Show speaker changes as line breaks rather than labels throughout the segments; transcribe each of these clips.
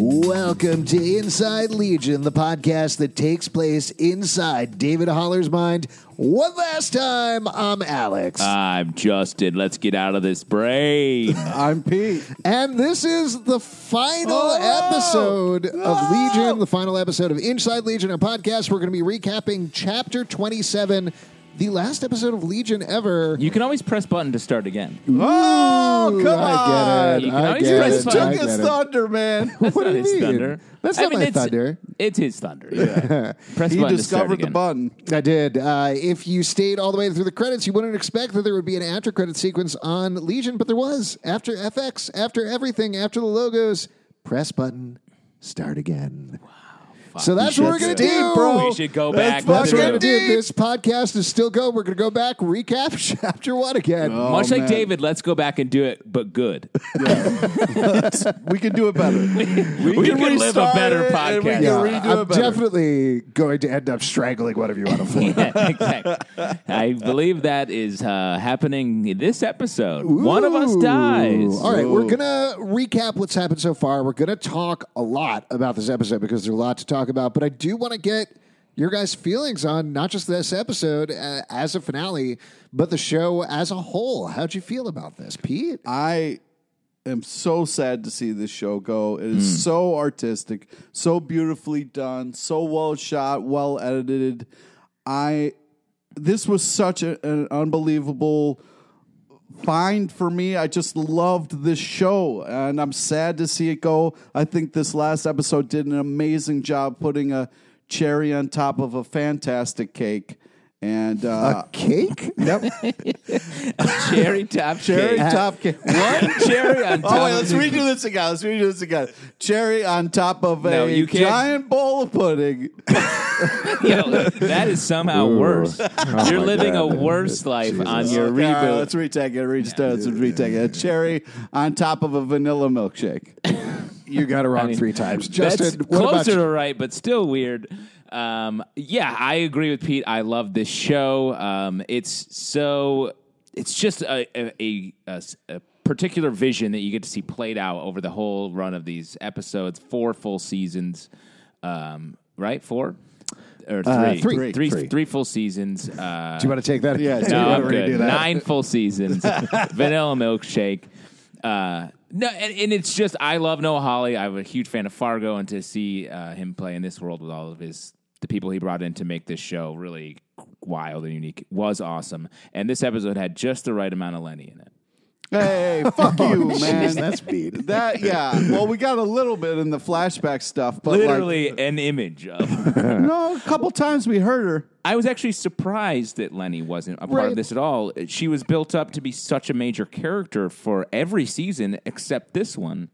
Welcome to Inside Legion, the podcast that takes place inside David Holler's mind. One last time, I'm Alex.
Ah.
I'm Justin. Let's get out of this brain.
I'm Pete.
and this is the final
Oh!
episode of
Oh!
Legion, the final episode of Inside Legion, our podcast. We're going to be recapping Chapter 27, the last episode of Legion ever.
you can always press button to start again.
Oh,
Ooh,
come
I
on.
get it.
You can
I
always
get
press
it.
button.
I
Took
get
his
it.
thunder, man.
That's
What do
not
you
his
mean?
thunder.
That's not my
it's,
thunder.
It's his thunder. press
he
button to start
discovered the
again.
button.
I did. Uh, if you stayed all the way through the credits, you wouldn't expect that there would be an after credit sequence on Legion, but there was. After FX, after everything, after the logos, press button, start again. Wow. So that's
We
what we're
should
going to
deep,
do.
bro.
We should go back.
That's
That's what we're
Fucking
going to
through.
do.
deep.
This podcast is still going. We're going to go back, recap chapter one again.
Oh,
Much like
man.
David, let's go back and do it, but good.
We can do it better. we
can live a
restart
better
it, and we
podcast.
can
Yeah,
redo
I'm
it better.
definitely going to end up strangling one of you on a floor.
yeah, exactly. I believe that is uh, happening this episode. One of us
Ooh.
dies.
All right, we're gonna recap what's happened so far. We're gonna talk a lot about this episode because there's a lot to talk about. But I do want to get your guys' feelings on not just this episode uh, as a finale, but the show as a whole. How'd you feel about this, Pete?
I am so sad to see this show go. It is so artistic, so beautifully done, so well shot, well edited. I this was such a- an unbelievable find for me. I just loved this show, and I'm sad to see it go. I think this last episode did an amazing job putting a cherry on top of a fantastic cake. And uh,
Cake?
yep,
Cherry top
cherry
cake.
top cake.
One cherry on top.
Oh wait, let's
of the-
redo this again. Let's redo this again. Cherry on top of
No,
a
you can't-
giant bowl of pudding.
Yo, that is somehow worse. You're
Oh my
living
God.
a worse life on your
uh,
Okay, all right,
reboot.
let's retake it. Re- let's retake it. cherry on top of a vanilla milkshake.
You got it wrong
mean,
three times,
That's
Justin. What about
closer
you?
to right, but still weird. Um, yeah, I agree with Pete. I love this show. Um, it's so it's just a, a, a- a s- a particular vision that you get to see played out over the whole run of these episodes, four full seasons. Um, right, four or three,
Uh, three.
three,
Three.
three full seasons. Uh,
Do you want to take that?
Yeah,
Do you
no,
wanna
I'm
redo
good.
that?
Nine full seasons, vanilla milkshake. Uh, no, and, and it's just I love Noah Hawley. I'm a huge fan of Fargo, and to see uh, him play in this world with all of his the people he brought in to make this show really wild and unique was awesome. And this episode had just the right amount of Lenny in it.
Hey, fuck
Oh,
you, man.
Jeez, that's beat.
that yeah. Well, we got a little bit in the flashback stuff, but
Literally an image of.
like, no, a couple times we heard her.
I was actually surprised that Lenny wasn't a part
Right.
of this at all. She was built up to be such a major character for every season except this one.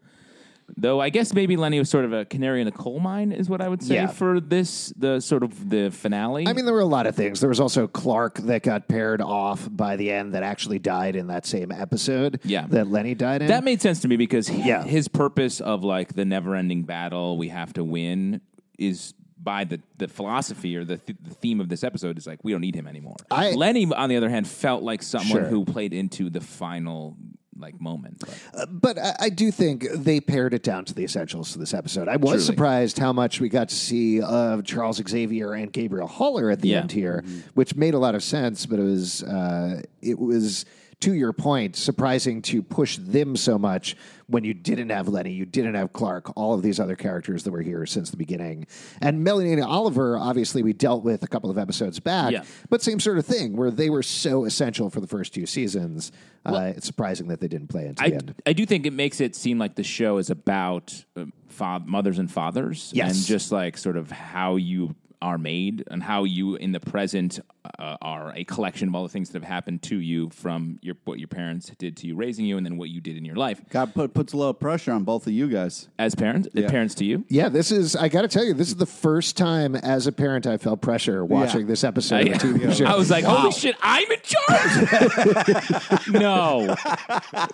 Though I guess maybe Lenny was sort of a canary in the coal mine, is what I would say
Yeah.
for this the sort of the finale.
I mean, there were a lot of things. There was also Clark that got paired off by the end that actually died in that same episode.
Yeah.
That Lenny died in.
that made sense to me because he-
Yeah.
his purpose of like the never-ending battle we have to win is by the, the philosophy or the, th- the theme of this episode is like we don't need him anymore.
I-
Lenny, on the other hand, felt like someone
Sure.
who played into the final like moment. Like,
but I, I do think they pared it down to the essentials to this episode. I was
Truly.
surprised how much we got to see of Charles Xavier and Gabriel Holler at the
Yeah. Mm-hmm.
end here, which made a lot of sense. But it was uh, it was to your point surprising to push them so much when you didn't have Lenny, you didn't have Clark, all of these other characters that were here since the beginning, and Melanie and Oliver. Obviously, we dealt with a couple of episodes back,
Yeah.
but same sort of thing where they were so essential for the first two seasons. uh, it's surprising that they didn't play into the
I,
end.
I do think it makes it seem like the show is about uh, fa- mothers and fathers
Yes.
and just like sort of how you are made and how you in the present uh, are a collection of all the things that have happened to you from your what your parents did to you raising you and then what you did in your life
God put puts a lot of pressure on both of you guys.
as parents
Yeah.
parents to you
Yeah, this is. I got to tell you, this is the first time as a parent I felt pressure watching this episode of a TV show.
I was like, holy shit, I'm in charge. no,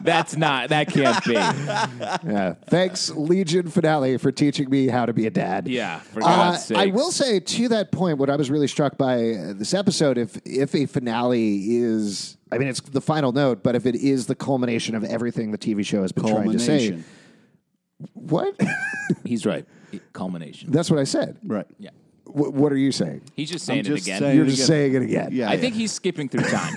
that's not, that can't be.
Yeah. Thanks, Legion finale, for teaching me how to be a dad.
Yeah, for
Uh,
God's sake.
I will say to that point, what I was really struck by uh, this episode, if if a finale is, I mean, it's the final note, but if it is the culmination of everything the TV show has been trying to say,
Culmination.
What?
He's right. Culmination.
That's what I said.
Right.
Yeah.
Wh- what are you saying?
He's just saying
I'm just
it again.
saying-
You're
it
just
again.
saying it again.
Yeah.
I think he's skipping through time.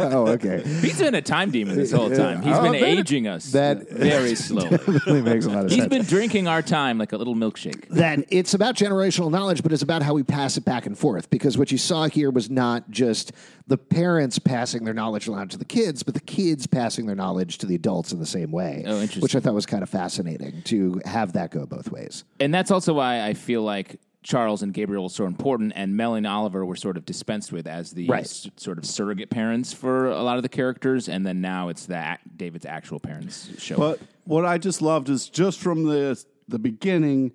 Oh, okay.
he's been a time demon this whole time. He's
Oh,
been
that-
aging us
that-
very slowly.
really makes a lot of
He's
sense.
been drinking our time like a little milkshake.
that it's about generational knowledge, but it's about how we pass it back and forth. Because what you saw here was not just the parents passing their knowledge along to the kids, but the kids passing their knowledge to the adults in the same way.
Oh, interesting.
Which I thought was kind of fascinating to have that go both ways.
And that's also why I feel like Charles and Gabriel were so important, and Mel and Oliver were sort of dispensed with as the
Right.
s- sort of surrogate parents for a lot of the characters, and then now it's that David's actual parents show. up.
But what I just loved is just from the the beginning,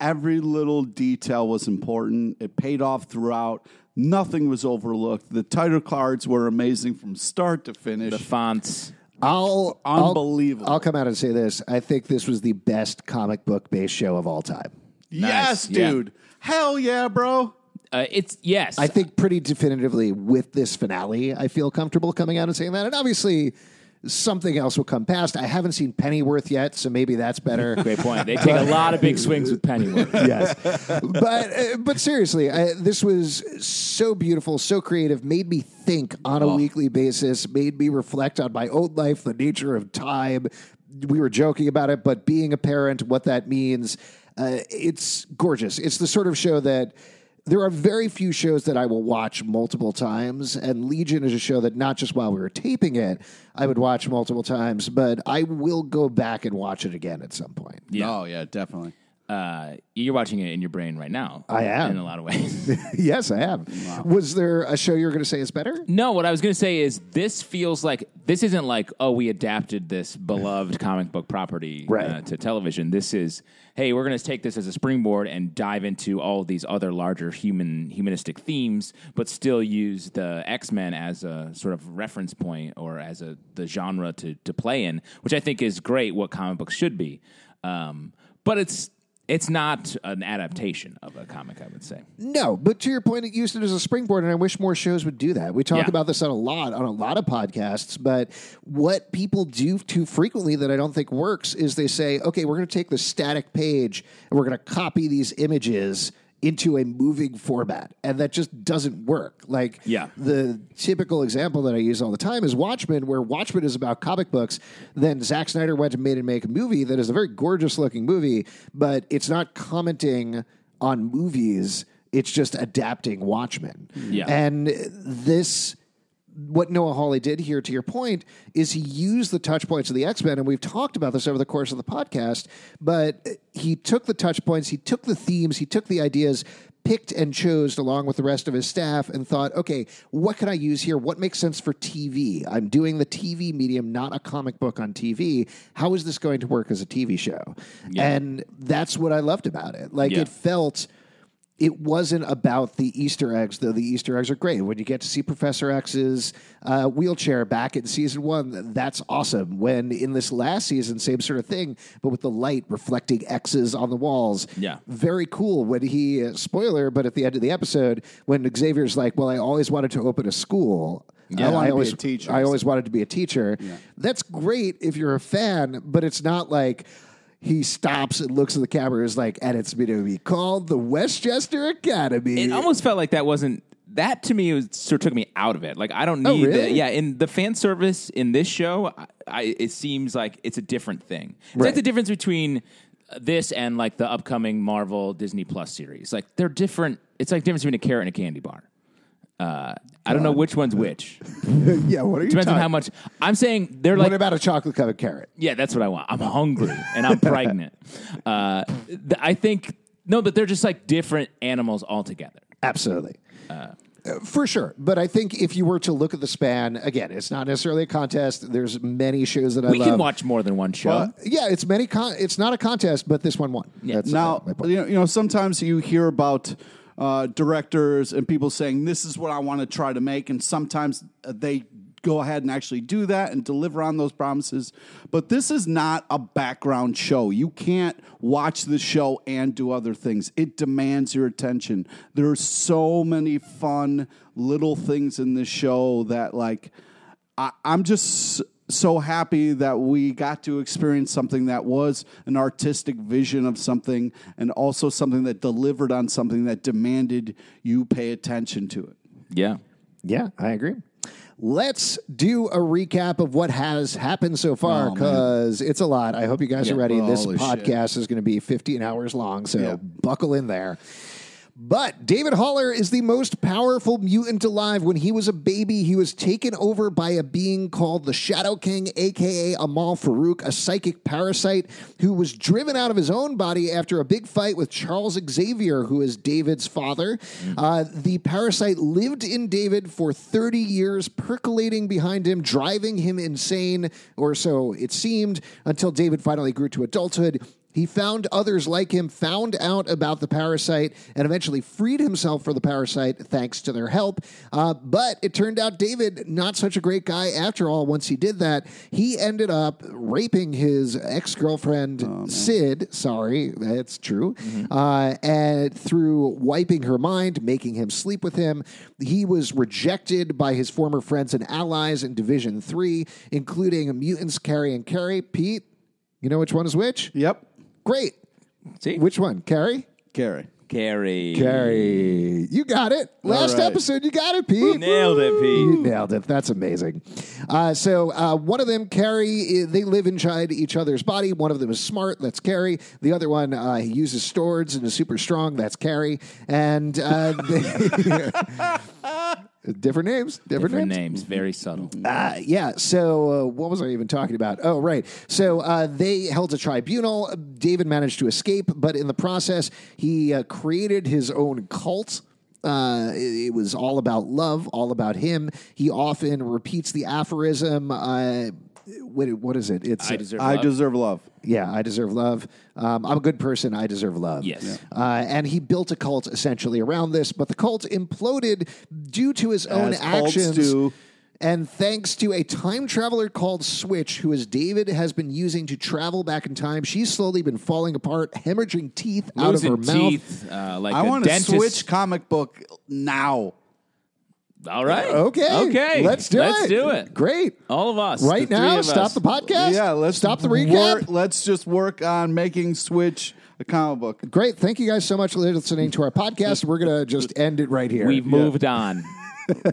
every little detail was important. It paid off throughout. Nothing was overlooked. The title cards were amazing from start to finish.
the fonts,
I'll I'll-
Unbelievable.
I'll, come out and say this. I think this was the best comic book based show of all time.
yes,
Nice, yeah.
dude. Hell yeah, bro.
uh, it's yes,
I think pretty definitively with this finale, I feel comfortable coming out and saying that. And obviously, something else will come past. I haven't seen Pennyworth yet, so maybe that's better.
great point. They take a lot of big swings with Pennyworth.
yes. But uh, but seriously, I, this was so beautiful, so creative, made me think on a weekly basis, made me reflect on my own life, the nature of time. We were joking about it, but being a parent, what that means. Uh, it's gorgeous. It's the sort of show that there are very few shows that I will watch multiple times, and Legion is a show that not just while we were taping it, I would watch multiple times, but I will go back and watch it again at some point.
Yeah.
Oh yeah, definitely.
Uh, you're watching it in your brain right now.
I am.
in a lot of ways.
yes, I have. Was there a show you were going to say is better?
No, what I was going to say is this feels like this isn't like oh we adapted this beloved comic book property uh,
Right.
to television. This is hey we're going to take this as a springboard and dive into all these other larger human humanistic themes, but still use the X Men as a sort of reference point or as a the genre to to play in, which I think is great. What comic books should be, um, but it's it's not an adaptation of a comic. I would say.
No, but to your point, it used it as a springboard, and I wish more shows would do that. We talk
Yeah.
about this on a lot on a lot of podcasts, but what people do too frequently that I don't think works is they say, "Okay, we're going to take the static page and we're going to copy these images." Into a moving format, and that just doesn't work. Like,
Yeah.
the typical example that I use all the time is Watchmen, where Watchmen is about comic books. Then Zack Snyder went and made and make a movie that is a very gorgeous looking movie, but it's not commenting on movies. It's just adapting Watchmen.
Yeah.
And this what Noah Hawley did here, to your point, is he used the touch points of the X Men, and we've talked about this over the course of the podcast. But he took the touch points, he took the themes, he took the ideas, picked and chose along with the rest of his staff, and thought, okay, what can I use here? What makes sense for TV? I'm doing the TV medium, not a comic book on TV. How is this going to work as a TV show? And that's what I loved about it. Like
Yeah.
it felt it wasn't about the Easter eggs, though the Easter eggs are great. When you get to see Professor X's uh, wheelchair back in season one, that's awesome. When in this last season, same sort of thing, but with the light reflecting X's on the walls.
Yeah.
Very cool. When he, uh, spoiler, but at the end of the episode, when Xavier's like, Well, I always wanted to open a school. Oh,
I
I,
wanted to be
always
a teacher.
I always wanted to be a teacher. That's great if you're a fan, but it's not like he stops and looks at the camera and is like, and it's going to be called the Westchester Academy.
it almost felt like that wasn't that to me was, sort of took me out of it. Like I don't need
Oh, really?
the, yeah. In the fan service in this show, I, I, it seems like it's a different thing. It's like
Right.
the difference between this and like the upcoming Marvel Disney Plus series. Like they're different. It's like the difference between a carrot and a candy bar. Uh, I don't know which one's which.
yeah, what are you
Depends
talking
on how much. I'm saying they're
What
like
about a chocolate covered carrot?
yeah, that's what I want. I'm hungry and I'm pregnant. Uh, th- I think no, but they're just like different animals altogether.
Absolutely. Uh, for sure. But I think if you were to look at the span, again, it's not necessarily a contest. There's many shows that I
We
love. Uh,
can watch more than one show.
yeah, it's many. Con- it's not a contest, but this one won. Yeah. That's
Now,
my point.
you know, you know, sometimes you hear about uh, directors and people saying, This is what I want to try to make. And sometimes uh, they go ahead and actually do that and deliver on those promises. But this is not a background show. You can't watch the show and do other things, it demands your attention. There are so many fun little things in this show that, like, I, I'm just s- so happy that we got to experience something that was an artistic vision of something and also something that delivered on something that demanded you pay attention to it.
Yeah.
Yeah, I agree. Let's do a recap of what has happened so far because it's a lot. I hope you guys are ready. this
Oh, Holy shit.
podcast is going to be 15 hours long, so
Yeah.
buckle in there. But David Haller is the most powerful mutant alive. When he was a baby, he was taken over by a being called the Shadow King, aka Amal Farouk, a psychic parasite who was driven out of his own body after a big fight with Charles Xavier, who is David's father. Uh, the parasite lived in David for 30 years, percolating behind him, driving him insane, or so it seemed, until David finally grew to adulthood. He found others like him, found out about the parasite, and eventually freed himself from the parasite thanks to their help. Uh, but it turned out David, not such a great guy after all, once he did that, he ended up raping his ex girlfriend, Sid. Sorry, that's true. Uh, and through wiping her mind, making him sleep with him, he was rejected by his former friends and allies in Division 3, including mutants Carrie and Carrie. Pete, you know which one is which?
Yep.
Great.
See?
Which one? Carrie?
Gary.
Carrie.
Carrie. You got it. Last
right.
episode, you got it, Pete.
Nailed it, Pete.
You nailed it. That's amazing. Uh, so uh, one of them, Carrie, i- they live inside each other's body. One of them is smart. That's Carrie. The other one, uh, he uses swords and is super strong. That's Carrie. And uh, they- different names. Different,
Different
names.
names, very subtle.
Uh, yeah. So uh, what was I even talking about? Oh, right. So uh, they held a tribunal. David managed to escape, but in the process, he uh, created his own cult. Uh, it, it was all about love, all about him. He often repeats the aphorism. Uh, what, what is it? It's
I deserve
I
love.
deserve love.
yeah, I deserve love. Um, I'm a good person. I deserve love.
Yes. Yeah.
Uh, and he built a cult essentially around this, but the cult imploded due to his own
As cults
actions.
do.
And thanks to a time traveler called Switch, who as David has been using to travel back in time, she's slowly been falling apart, hemorrhaging teeth out of
Losing
her mouth.
teeth, uh, like
I
a
want to
dentist.
switch comic book now.
All right.
Okay.
Okay.
Let's do it.
Let's do it.
Great.
All of us.
Right
the
now,
three of
stop
us.
the podcast.
Yeah, let's
stop the
work-
recap.
let's just work on making Switch a comic book.
Great. Thank you guys so much for listening to our podcast. We're going to just end it right here.
We've moved on.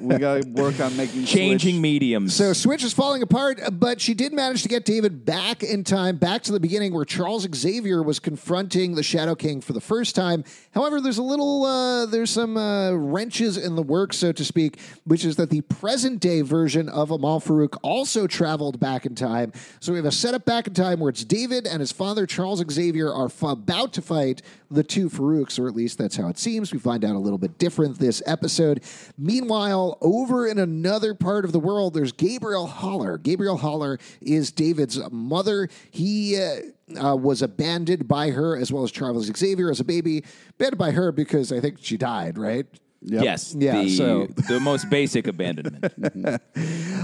We got to work on making
Changing
Switch.
mediums.
So Switch is falling apart, but she did manage to get David back in time, back to the beginning where Charles Xavier was confronting the Shadow King for the first time. However, there's a little, uh, there's some uh, wrenches in the work, so to speak, which is that the present day version of Amal Farouk also traveled back in time. So we have a setup back in time where it's David and his father Charles Xavier are f- about to fight the two Farouks, or at least that's how it seems. We find out a little bit different this episode. Meanwhile, over in another part of the world, there's Gabriel Holler. Gabriel Holler is David's mother. He uh, uh, was abandoned by her, as well as Charles Xavier as a baby. Abandoned by her because I think she died, right?
Yes.
Yeah,
The,
so- Uh,
the most basic abandonment.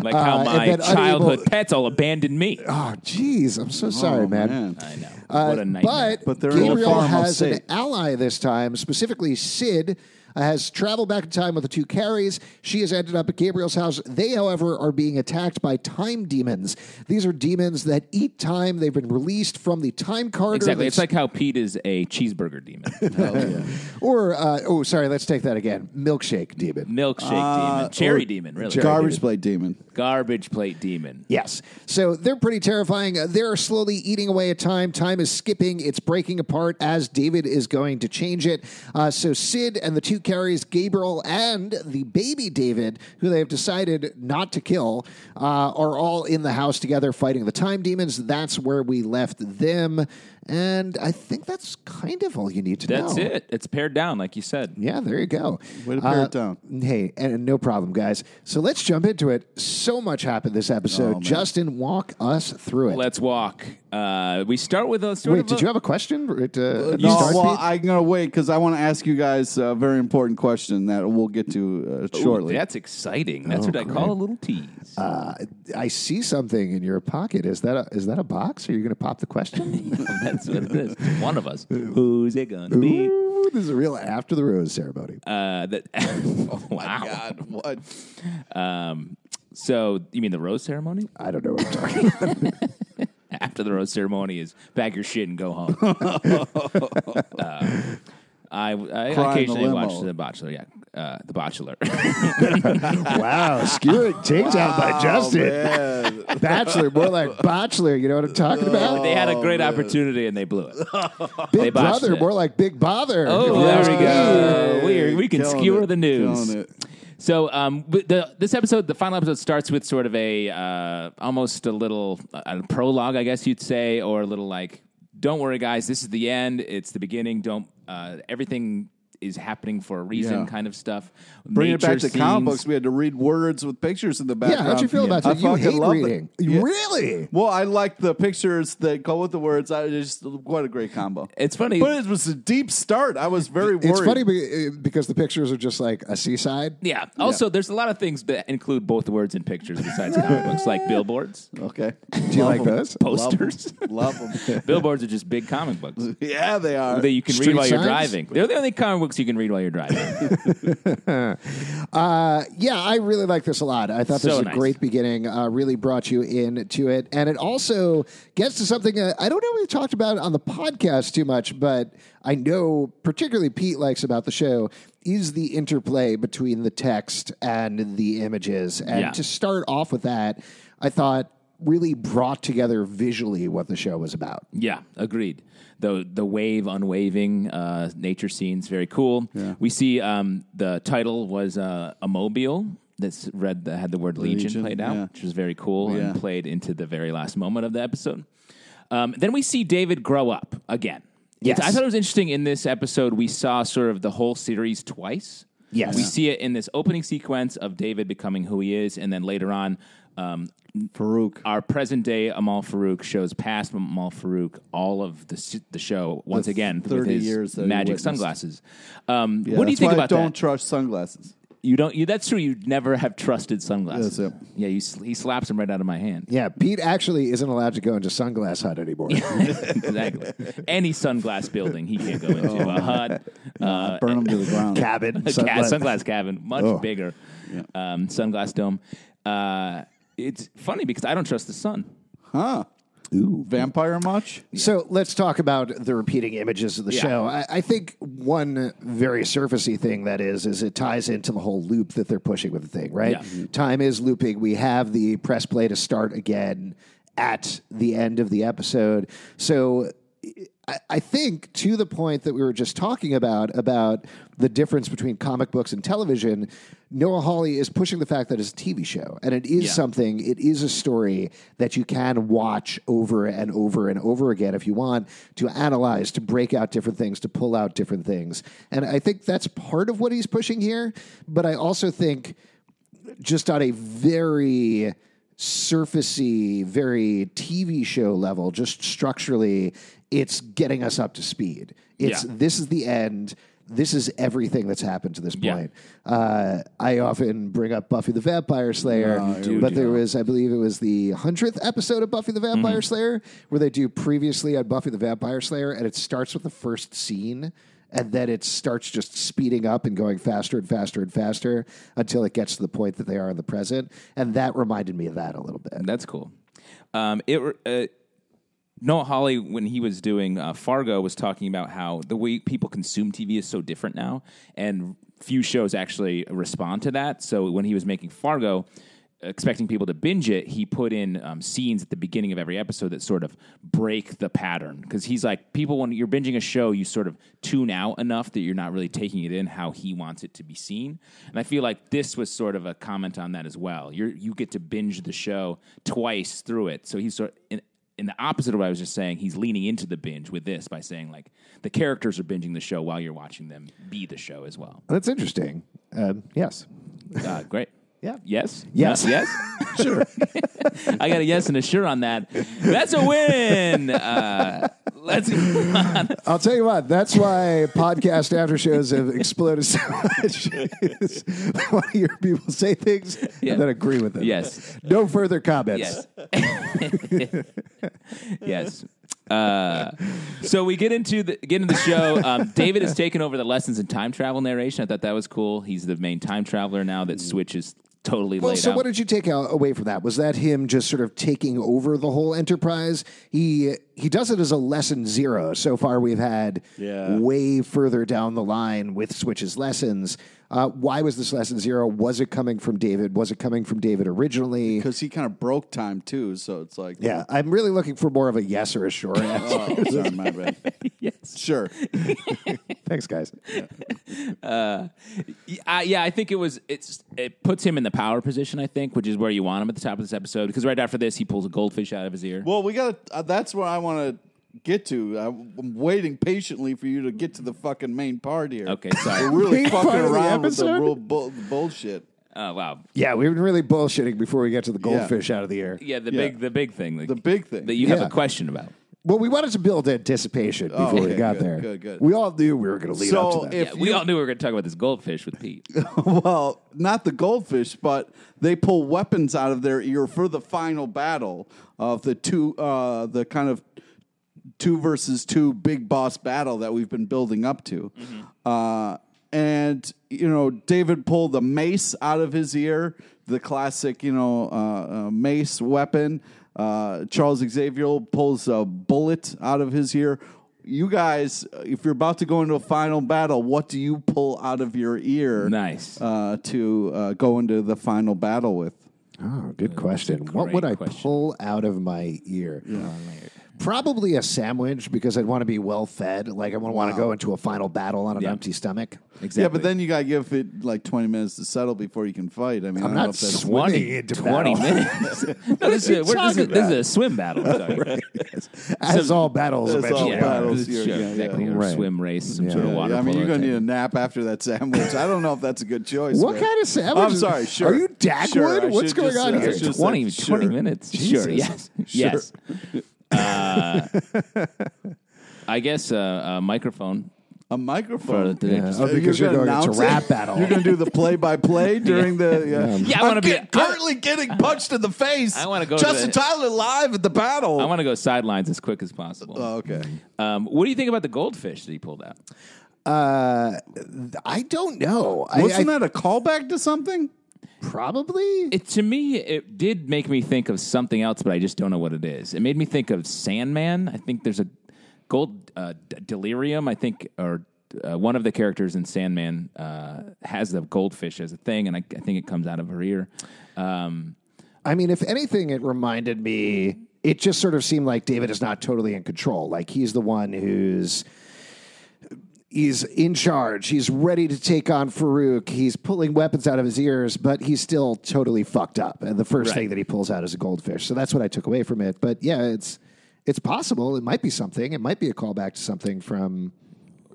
like how
and
my
then
childhood
unable-
pets all abandoned me.
Oh, jeez. I'm so sorry,
Oh, man.
I know.
Uh,
what a nightmare.
But,
But they're in a
Gabriel
farmhouse
has an
state.
ally this time, specifically Sid. uh, Has traveled back in time with the two carries. She has ended up at Gabriel's house. They, however, are being attacked by time demons. These are demons that eat time. They've been released from the time carter.
exactly.
that's-
It's like how Pete is a cheeseburger demon,
or uh, oh, sorry, let's take that again. Milkshake demon.
milkshake
Uh,
demon,
or
cherry demon, really.
Garbage plate demon.
Garbage plate demon.
Yes. So they're pretty terrifying. Uh, They're slowly eating away at time. Time is skipping. It's breaking apart as David is going to change it. Uh, so Sid and the two carries, Gabriel and the baby David, who they have decided not to kill, uh, are all in the house together fighting the time demons. That's where we left them. And I think that's kind of all you need to
That's
know.
it. It's pared down, like you said.
Yeah, there you go. Uh,
Way to pare it down.
Hey, and no problem, guys. So let's jump into it. So much happened this
Oh,
episode. Justin, walk us through it.
Let's walk. Uh, we start with a sort
Wait,
of
did
a-
you have a question? Uh, to
No,
start,
well,
Pete?
I'm going to wait because I want to ask you guys a very important question that we'll get to uh,
Ooh,
shortly.
That's exciting. That's what I call a little tease.
Uh, I see something in your pocket. Is that a, is that a box? Are you going to pop the question?
That's what it is. One of us. Who's it gonna be?
Ooh, this is a real after the rose ceremony.
Uh, that, oh, wow.
God, what?
Um, So you mean the rose ceremony?
I don't know what I'm talking about.
After the rose ceremony is pack your shit and go home. Uh, I,
Cry in the
I occasionally
limo.
watch The Bachelor. Yeah, uh, The Bachelor.
wow, skewing takedown out by Justin.
Oh, man. Oh.
Bachelor, more like bachelor. You know what I'm talking about?
they had a great opportunity and they blew it. they
Big
botched
brother,
it.
more like big bother.
Oh, there we go.
Hey,
we, are, we can
killing
skewer
it,
the news.
killing it.
So, um, but the, this episode, the final episode, starts with sort of a uh, almost a little a prologue, I guess you'd say, or a little like, "Don't worry, guys, this is the end. It's the beginning. Don't uh, everything is happening for a reason."
Yeah.
Kind of stuff.
Bring it back to
Nature
comic
scenes.
books. We had to read words with pictures in the
Yeah,
background.
how'd you feel about
Um, I
that? You
fucking
hate
loved it.
reading.
Yeah.
Really?
Well, I like the pictures that go with the words. I just what a great combo.
It's funny.
but it was a deep start. I was very worried.
It's funny be- uh, because the pictures are just like a seaside.
yeah. Also, there's a lot of things that include both words and pictures besides comic books, like billboards,
Okay,
Do you like those?
posters.
love them.
billboards are just big comic books.
yeah, they are.
that you can
Street
read while
signs?
you're driving. They're the only comic books you can read while you're driving.
Uh, yeah, I really like this a lot. I thought this
So
was a
nice.
great beginning. Uh, really brought you in to it, and it also gets to something that I don't know we've talked about on the podcast too much, but I know particularly Pete likes about the show is the interplay between the text and the images. And
Yeah.
to start off with that, I thought really brought together visually what the show was about.
yeah, agreed. The the wave unwaving uh, nature scenes very cool. We see um, the title was uh, a mobile that's read that had the word legion,
Legion,
played out,
yeah.
which was very cool
Yeah.
and played into the very last moment of the episode. Um, then we see David grow up again.
Yes.
I thought it was interesting in this episode we saw sort of the whole series twice.
Yes.
We see it in this opening sequence of David becoming who he is, and then later on, um,
Farouk.
our present day Amal Farouk shows past Amal Farouk all of the s- the show once again with
30
his
years that he
magic
witnessed.
sunglasses. Um,
Yeah,
what do you
that's
think
why I
about
don't
that?
trust sunglasses.
You don't. You, that's true. You never have trusted sunglasses.
That's it.
Yeah, you, sl- he slaps him right out of my hand.
Yeah, Pete actually isn't allowed to go into Sunglass Hut anymore.
exactly. Any sunglass building he can't go into.
Oh.
A hut, uh,
Burn them to the ground.
Cabin,
a ca-
sunglass-
sunglass cabin, much
Oh.
bigger. Um, sunglass dome. Uh, it's funny because I don't trust the sun.
Huh? Vampire much?
So let's talk about the repeating images of the
Yeah.
show. I, I think one very surfacey thing that is is it ties into the whole loop that they're pushing with the thing, right?
Yeah. Mhm.
Time is looping. We have the press play to start again at the end of the episode. So I, I think to the point that we were just talking about about the difference between comic books and television, Noah Hawley is pushing the fact that it's a TV show and it is
Yeah.
something. It is a story that you can watch over and over and over again if you want to analyze, to break out different things, to pull out different things. And I think that's part of what he's pushing here. But I also think just on a very surfacey, very TV show level, just structurally, it's getting us up to speed. It's
Yeah.
this is the end. This is everything that's happened to this
Yeah.
point. Uh, I often bring up Buffy the Vampire Slayer,
we
but
go.
there was, I believe, it was the hundredth episode of Buffy the
Mm-hmm.
Vampire Slayer where they do previously on Buffy the Vampire Slayer, and it starts with the first scene, and then it starts just speeding up and going faster and faster and faster until it gets to the point that they are in the present, and that reminded me of that a little bit.
That's cool. Um, it re- uh, Noah Hawley, when he was doing uh, Fargo, was talking about how the way people consume TV is so different now, and few shows actually respond to that. So when he was making Fargo, expecting people to binge it, he put in um, scenes at the beginning of every episode that sort of break the pattern because he's like, people when you're binging a show, you sort of tune out enough that you're not really taking it in how he wants it to be seen. And I feel like this was sort of a comment on that as well. You you get to binge the show twice through it, so he's sort in, in the opposite of what I was just saying, he's leaning into the binge with this by saying like the characters are binging the show while you're watching them be the show as well.
That's interesting. Um, yes.
Uh, great.
Yeah.
Yes.
Yes.
Uh, yes. sure. I got a yes and a sure on that. That's a win. Uh, let's.
I'll tell you what, that's why podcast after shows have exploded so much. is when I hear people say things
Yeah.
and then agree with them.
Yes.
No further comments.
Yes. yes. Uh, so we get into the get into the show. Um, David has taken over the lessons in time travel narration. I thought that was cool. He's the main time traveler now that switches totally
Well,
laid
so
out.
what did you take out away from that? Was that him just sort of taking over the whole enterprise? He he does it as a lesson zero. So far, we've had
Yeah.
way further down the line with Switch's lessons. Uh, why was this lesson zero? Was it coming from David? Was it coming from David originally?
because he kind of broke time too. So it's like,
Yeah, I'm really looking for more of a yes or a sure answer.
oh, sorry, my bad.
yes.
Sure,
Thanks, guys.
Yeah, I- yeah, I think it was. It's it puts him in the power position. I think, which is where you want him at the top of this episode, because right after this, he pulls a goldfish out of his ear.
Well, we got. to Uh, that's where I want to get to. I'm waiting patiently for you to get to the fucking main part here.
okay, sorry.
We're really
Main
fucking
part of the
around with the
episode?
real bull- bullshit.
Oh wow.
Yeah, we've been really bullshitting before we get to the goldfish out of the air.
Yeah, the
Yeah.
big the big thing.
The big thing.
that you have
Yeah.
a question about.
Well, we wanted to build anticipation before we
okay,
got
Oh, good,
there.
good, good.
We all knew we were going to lead up
so
to that.
if
Yeah, we
you, Uh,
all knew we were going to talk about this goldfish with Pete.
well, not the goldfish, but they pull weapons out of their ear for the final battle of the two, uh, the kind of two versus two big boss battle that we've been building up to. Uh, and you know, David pulled the mace out of his ear, the classic, you know, uh, uh, mace weapon. Uh, Charles Xavier pulls a bullet out of his ear. You guys, if you're about to go into a final battle, what do you pull out of your ear?
Nice.
uh, to uh, go into the final battle with.
Oh, good question. What
great
would I
question.
pull out of my ear? Probably a sandwich because I'd want to be well fed. Like I would want to go into a final battle on an empty stomach.
Exactly.
Yeah, but then you gotta give it like twenty minutes to settle before you can fight. I mean, I'm I do not know
not
if that's
sw- swimming
20,
into
20
battle.
minutes. no, this, is a, we're, this, is, this is a swim battle. We're talking about.
As all battles
As all
eventually.
Yeah,
are.
battles,
sure,
yeah, yeah.
exactly. Or
Right.
swim race, some sort of water.
I mean,
polo
you're gonna
thing.
need a nap after that sandwich. I don't know if that's a good choice.
What
man.
kind of sandwich
I'm
is-
sorry.
Are
Sure.
you Dagwood?
Sure, I
What's
should
going
just-
on
I
here?
should just
20,
say,
20
sure.
minutes.
Jesus.
Sure. Yes.
Sure.
Yes. Uh, I guess uh, a microphone.
A microphone.
For the- Yeah.
Oh, because you're
gonna
going into
announce
rap
it?
battle.
You're gonna do the play by play during the. Yeah,
Yeah, I wanna
I'm
be-
get-
I-
currently getting punched in the face.
I wanna go to
Justin
the-
Tyler live at the battle.
I want to go sidelines as quick as possible.
oh, okay.
Um, what do you think about the goldfish that he pulled out?
Uh, th- I don't know. I, I
Wasn't that a callback to something?
probably
It to me, it did make me think of something else, but I just don't know what it is. It made me think of Sandman. I think there's a gold uh, d- delirium. I think or uh, one of the characters in Sandman uh, has the goldfish as a thing, and I, I think it comes out of her ear. Um,
I mean, if anything, it reminded me. It just sort of seemed like David is not totally in control. Like he's the one who's he's in charge. He's ready to take on Farouk. He's pulling weapons out of his ears, but he's still totally fucked up. And the first thing that he pulls out is a goldfish. So that's what I took away from it. But yeah, it's it's possible. It might be something. It might be a callback to something from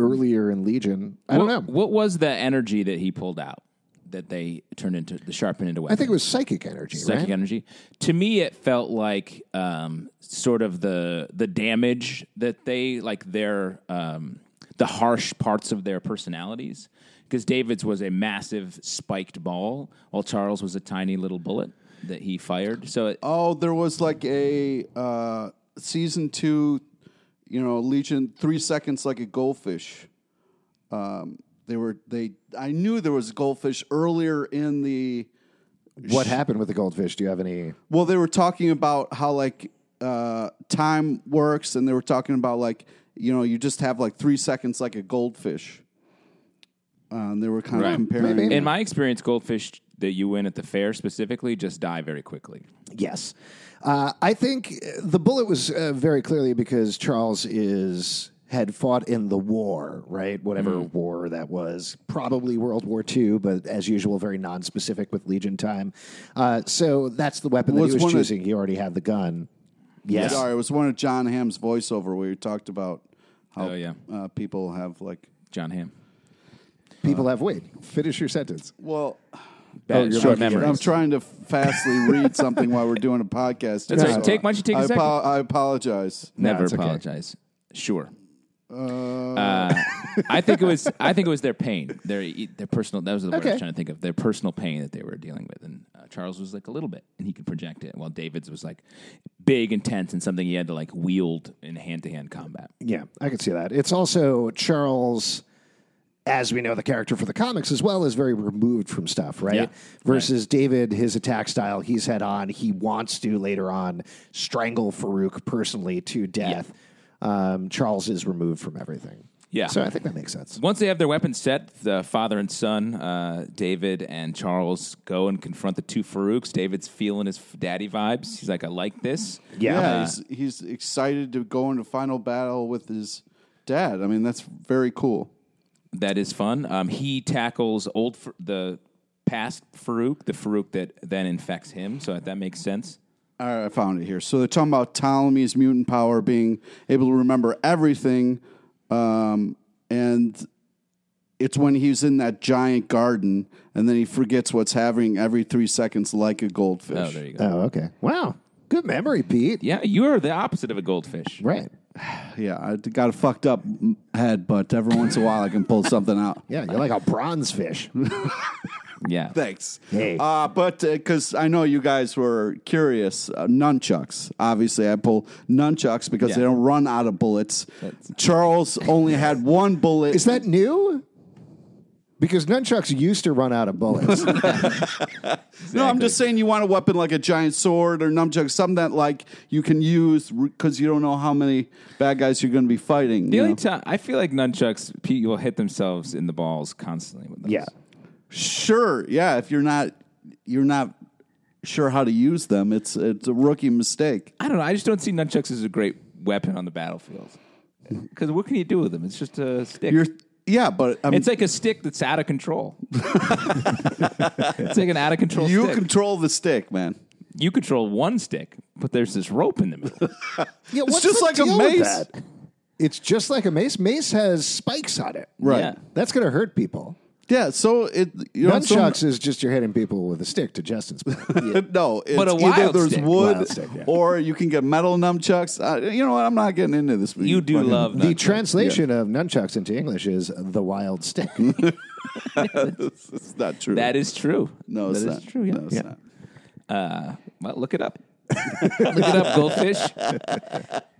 earlier in Legion. I
what,
don't know.
What was the energy that he pulled out that they turned into the sharpened into weapons?
I think it was psychic energy,
psychic
right?
energy. To me, it felt like um, sort of the the damage that they like their um, the harsh parts of their personalities. Because David's was a massive spiked ball, while Charles was a tiny little bullet that he fired. So it,
Oh, there was like a uh, season two, you know, Legion three seconds like a goldfish. Um, they were they. I knew there was goldfish earlier in the.
What happened with the goldfish? Do you have any?
Well, they were talking about how like uh, time works, and they were talking about like you know you just have like three seconds like a goldfish. Uh, and they were kind of comparing.
Maybe.
in my experience, goldfish that you win at the fair specifically just die very quickly.
Yes. Uh, I think uh, the bullet was uh, very clearly because Charles is had fought in the war, right? Whatever war that was, probably World War II, but as usual, very non-specific with Legion time. Uh, so that's the weapon
Was
that he was
one of-
choosing. he already had the gun. Yes.
Sorry, it was one of John Hamm's voiceover where you talked about how
Oh, yeah.
uh, people have like.
John Hamm.
Oh, People have weight. Finish your sentence.
Well,
Bad,
you're
short
looking at-
memories.
I'm trying to fastly read something while we're doing a podcast.
That's
here,
all right. Take- why don't you take a
I
second?
I apologize.
Never
it's okay.
apologize. Sure. Uh, I think it was. I think it was their pain, their e, their personal. That was the word I
Okay.
was trying to think of. Their personal pain that they were dealing with, and uh, Charles was like a little bit, and he could project it, while David's was like big, intense, and something he had to like wield in hand to hand combat.
Yeah, I could see that. It's also Charles as we know, the character for the comics as well is very removed from stuff, right?
Yeah.
Versus David, his attack style, he's head on. He wants to later on strangle Farouk personally to death. Um, Charles is removed from everything.
Yeah.
So I think that makes sense.
Once they have their weapons set, the father and son, uh, David and Charles, go and confront the two Farouks. David's feeling his daddy vibes. He's like, I like this.
Yeah.
Yeah, he's, he's excited to go into final battle with his dad. I mean, that's very cool.
That is fun. Um, he tackles old Fa- the past Farouk, the Farouk that then infects him. So that makes sense.
All right, I found it here. So they're talking about Ptolemy's mutant power being able to remember everything, um, and it's when he's in that giant garden, and then he forgets what's happening every three seconds, like a goldfish.
Oh, there you go.
Oh, okay. Wow. Good memory, Pete.
yeah, you are the opposite of a goldfish.
Right.
Yeah, I got a fucked up m- head, but every once in a while I can pull something out.
Yeah, you're like a bronze fish.
Yeah.
Thanks.
Hey.
Uh, but because I know you guys were curious, uh, nunchucks. Obviously, I pull nunchucks because they
Yeah.
don't run out of bullets. Charles only had one bullet.
Is that new? Because nunchucks used to run out of bullets.
No, I'm just saying you want a weapon like a giant sword or nunchuck, something that like you can use because you don't know how many bad guys you're going to be fighting.
The
you
only
know?
time I feel like nunchucks, people hit themselves in the balls constantly with those.
yeah.
sure, yeah. If you're not, you're not sure how to use them. It's it's a rookie mistake.
I don't know. I just don't see nunchucks as a great weapon on the battlefield. Because what can you do with them? It's just a stick.
You're yeah, but I mean,
it's like a stick that's out of control. it's like an out of control
you
stick.
control the stick, man.
you control one stick, but there's this rope in the middle.
Yeah,
It's
what's
just
the
like a
deal with
mace.
that? It's just like a mace. Mace has spikes on it.
Right.
Yeah.
That's going to hurt people.
Yeah. So it you know, some-
Nunchucks is just you're hitting people with a stick to Justin's point.
no, it's
But a
either
wild
there's
stick.
wood
Wild stick, yeah.
or you can get metal nunchucks. Uh, you know what? I'm not getting into this.
You do
fucking-
love
the
nunchucks.
translation of nunchucks into English is the wild stick.
It's not true.
that is true.
no, it's
That is
not
true. Yeah.
No, it's
Yeah.
not.
Uh, well, look it up. look it up, goldfish.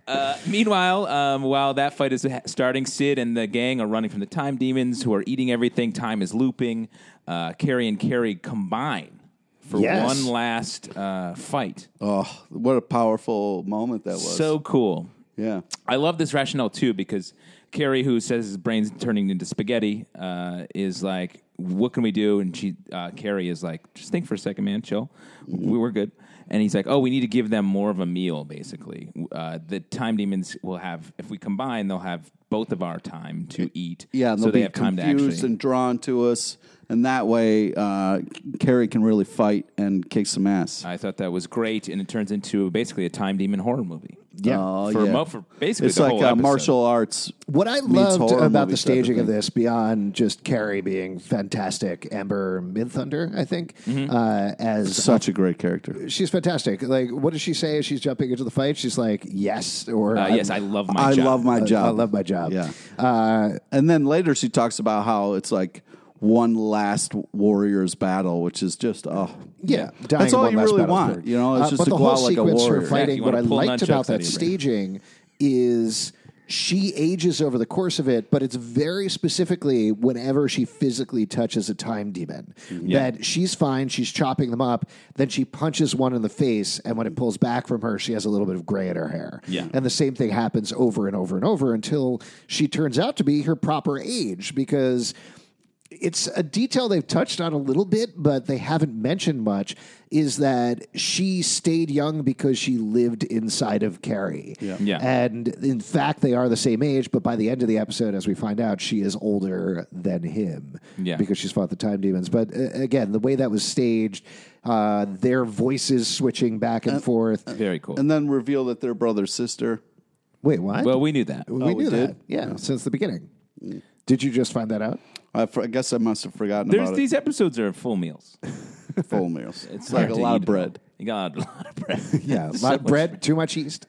Uh, meanwhile, um, while that fight is ha- starting, Sid and the gang are running from the time demons who are eating everything. Time is looping. Uh, Carrie and Carrie combine for
Yes.
one last uh, fight.
Oh, what a powerful moment that was.
So cool.
yeah.
I love this rationale too because Carrie, who says his brain's turning into spaghetti, uh, is like, "What can we do?" And she, uh, Carrie, is like, "Just think for a second, man. Chill. We were good." And he's like, "Oh, we need to give them more of a meal. Basically, uh, the time demons will have, if we combine, they'll have both of our time to eat.
Yeah, and
so
they'll
they
be
have time to
confused
actually.
and drawn to us, and that way, uh, Carrie can really fight and kick some ass.
I thought that was great, and it turns into basically a time demon horror movie. Uh,
yeah.
Oh,
for,
yeah.
mo- for basically
it's
the
like
whole
uh,
episode.
martial arts.
What I
meets
loved
horror
about the
movies type of
staging of
thing.
this, beyond just Carrie being fantastic, Amber Mid Thunder, I think,
Mm-hmm.
uh, as
Such a great character.
she's fantastic. Like, what does she say as she's jumping into the fight? She's like, "Yes," or
Uh, yes, I love my.
I
job.
love my
I-
job.
I love my job.
Yeah.
Uh,
And then later she talks about how it's like one last warrior's battle, which is just oh
Yeah, dying
that's all
one
you
last
really
battle
want.
third.
You know, it's
Uh,
just
but
to
the
go
whole
out like a
sequence
warrior.
her fighting.
you
what
wanna
I
pull
liked
nunchucks
about
out of
that
your brain.
staging is she ages over the course of it, but it's very specifically whenever she physically touches a time demon.
Mm-hmm.
That she's fine, she's chopping them up, then she punches one in the face, and when it pulls back from her, she has a little bit of gray in her hair.
Yeah.
And the same thing happens over and over and over until she turns out to be her proper age because it's a detail they've touched on a little bit, but they haven't mentioned much. Is that she stayed young because she lived inside of Carrie?
Yeah.
And in fact, they are the same age, but by the end of the episode, as we find out, she is older than him
Yeah.
because she's fought the time demons. But uh, again, the way that was staged, uh, their voices switching back and forth.
Very cool.
and then reveal that they're brother sister.
Wait, what?
well, oh, we knew that.
we
we
knew that.
did?
Yeah, since the beginning. Did you just find that out?
I, for, I guess I must have forgotten
There's
about
these episodes are full meals.
it. Full meals. It's like
hard
a
to
lot of
eat it all.
bread.
You got a lot of bread.
Yeah, a
So
lot of
much
bread, too much yeast.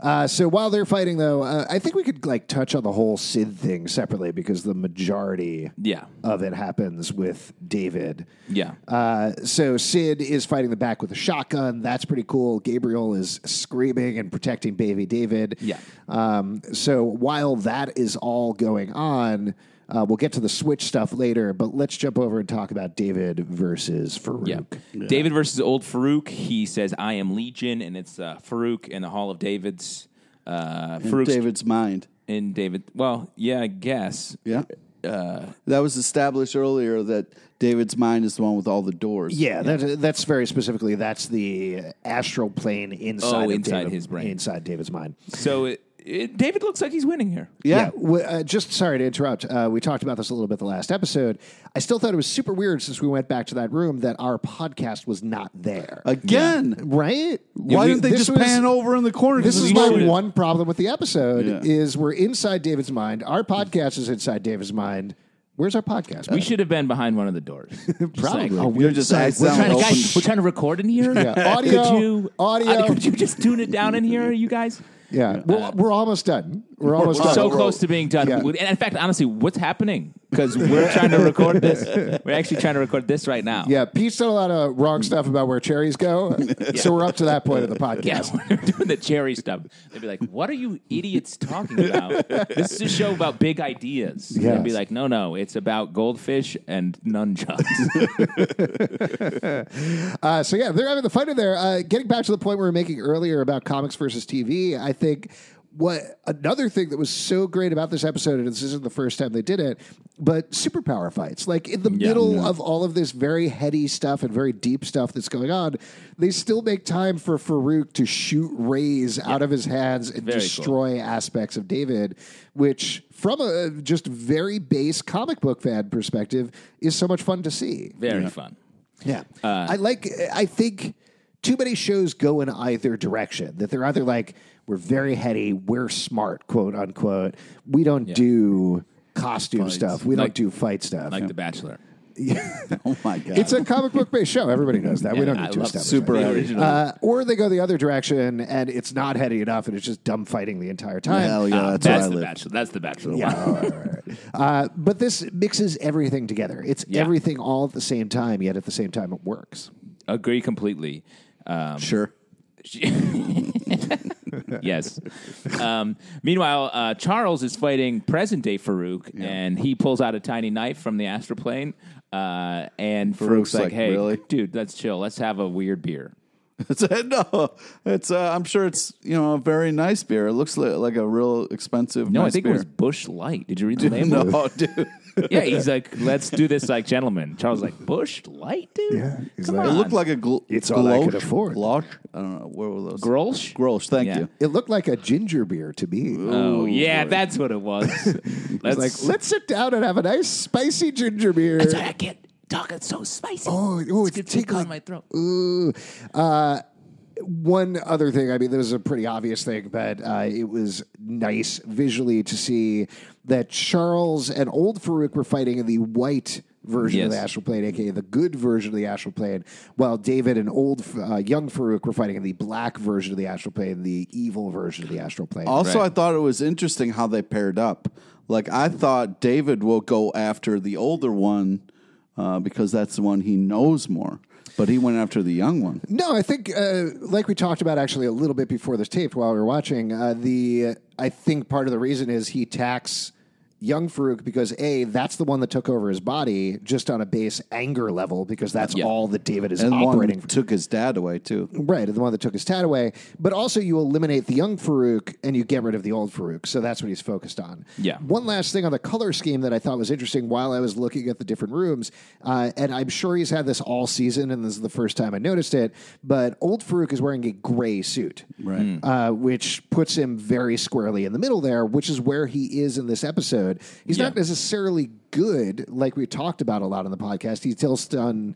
Uh, so while they're fighting, though, uh, I think we could like touch on the whole Sid thing separately because the majority
Yeah.
of it happens with David.
Yeah.
Uh, so Sid is fighting the back with a shotgun. That's pretty cool. Gabriel is screaming and protecting baby David.
Yeah.
Um, so while that is all going on, Uh, we'll get to the Switch stuff later, but let's jump over and talk about David versus Farouk.
Yeah. David versus old Farouk. He says, I am Legion, and it's uh, Farouk in the Hall of David's. Uh, Farouk's
David's mind.
in David. Well, yeah, I guess.
Yeah.
Uh,
that was established earlier that David's mind is the one with all the doors.
Yeah, That, that's very specifically. That's the astral plane inside,
Oh,
of
inside
David-
his brain.
inside David's mind.
So it, it, David looks like he's winning here.
Yeah.
w- uh, just sorry to interrupt. Uh, we talked about this a little bit the last episode. I still thought it was super weird since we went back to that room that our podcast was not there.
Again.
right?
Why didn't they
This
just
was-
pan over in the corner?
This
'Cause
is
we
my
should've-
one problem with the episode
Yeah.
is we're inside David's mind. Our podcast is inside David's mind. Where's our podcast?
Uh,
We should have been behind one of the doors. Just like,
probably.
"Oh,
You're just
Sorry,
accidentally
we're trying to-
open-
guys, we're trying to record in here.
Yeah. Audio,
Could you,
audio.
uh, could you just tune it down in here, you guys?
yeah, we're, we're almost done. We're almost
We're
done.
so close to being done.
Yeah.
And in fact, honestly, what's happening? Because we're trying to record this. We're actually trying to record this right now.
Yeah, Pete said a lot of wrong stuff about where cherries go, so we're up to that point of the podcast.
Yeah, when they're doing the cherry stuff, they'd be like, "What are you idiots talking about? this is a show about big ideas." And
Yes.
They'd be like, "No, no, it's about goldfish and nunchucks."
Uh, so yeah, they're having the fight in there. Uh, getting back to the point we were making earlier about comics versus TV, I think what another thing that was so great about this episode, and this isn't the first time they did it, but superpower fights. Like in the middle of all of this very heady stuff and very deep stuff that's going on, they still make time for Farouk to shoot rays out of his hands and
Very cool.
destroy aspects of David, which from a just very base comic book fan perspective is so much fun to see.
Very fun.
Yeah.
Uh,
I like, I think too many shows go in either direction that they're either like, we're very heady, we're smart, quote unquote. We don't do costume stuff, we don't
Like-
do fight stuff.
Like The Bachelor.
Oh my god!
it's a comic book based show. Everybody knows that. we don't
I
need to
love
establish
super
that.
The
heavy.
original.
Uh, or they go the other direction and it's not heady enough and it's just dumb fighting the entire time.
Hell yeah,
Uh, that's
that's, where I
the
live.
Bachelor. That's the Bachelor.
Yeah.
one.
all right, all right. uh, but this mixes everything together. It's
Yeah.
everything all at the same time, yet at the same time it works.
Agree completely. Um,
Sure.
yes. Um, meanwhile, uh, Charles is fighting present day Farouk, and he pulls out a tiny knife from the astral plane. Uh, and Farouk's,
Farouk's
like,
like,
"Hey,
"Really?"
dude, let's chill. Let's have a weird beer."
It's a, no. It's uh, I'm sure it's you know a very nice beer. It looks li- like a real expensive.
No, I
nice
think
beer.
it was Bush Light. Did you read the name? of
No, dude.
it? Yeah, he's like, "Let's do this, like gentlemen." Charles is like, "Bush Light, dude."
Yeah, he's
Come
like-
on.
It looked like a gl-
It's all I could
glosh-
afford.
Glosh? I don't know. Where were those?
Grolsch?
Grolsch, thank
Yeah.
you.
It looked like a ginger beer to me.
Oh yeah, that's what it was. Let's,
Like, let's sit down and have a nice spicy ginger beer.
Sorry, I can't talk. It's so spicy.
Oh, oh, it's
It's tickling
tickling.
my throat.
Ooh. Uh, one other thing, I mean, this is a pretty obvious thing, but uh, it was nice visually to see that Charles and old Farouk were fighting in the white version of the
Yes.
astral plane, aka the good version of the astral plane, while David and old uh, young Farouk were fighting in the black version of the astral plane, the evil version of the astral plane.
Also,
Right.
I thought it was interesting how they paired up. Like, I thought David will go after the older one uh, because that's the one he knows more, but he went after the young one.
No, I think uh, like we talked about actually a little bit before this taped while we were watching uh, the. I think part of the reason is he attacks young Farouk because a that's the one that took over his body just on a base anger level because that's
Yeah.
all that David is
And the one
operating.
who took his dad away, too.
Right, the one that took his tat away, but also you eliminate the young Farouk and you get rid of the old Farouk. So that's what he's focused on.
Yeah.
One last thing on the color scheme that I thought was interesting while I was looking at the different rooms, uh, and I'm sure he's had this all season, and this is the first time I noticed it. But old Farouk is wearing a gray suit,
Right.
Hmm.
uh, which puts him very squarely in the middle there, which is where he is in this episode. He's not
Yeah.
necessarily good, like we talked about a lot on the podcast. He's still done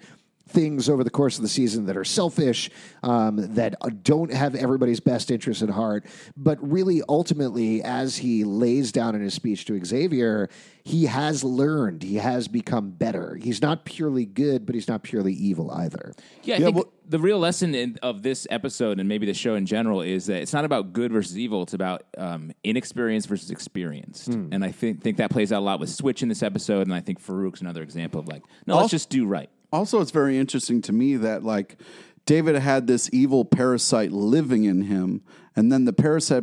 things over the course of the season that are selfish, um, that uh, don't have everybody's best interests at heart. But really, ultimately, as he lays down in his speech to Xavier, he has learned, he has become better. He's not purely good, but he's not purely evil either.
Yeah, I
Yeah,
think
well-
the real lesson in, of this episode and maybe the show in general is that it's not about good versus evil. It's about um, inexperienced versus experienced,
Hmm.
and I think think that plays out a lot with Switch in this episode. And I think Farouk's another example of like, no, let's
Also-
just do right.
Also, it's very interesting to me that, like, David had this evil parasite living in him, and then the parasite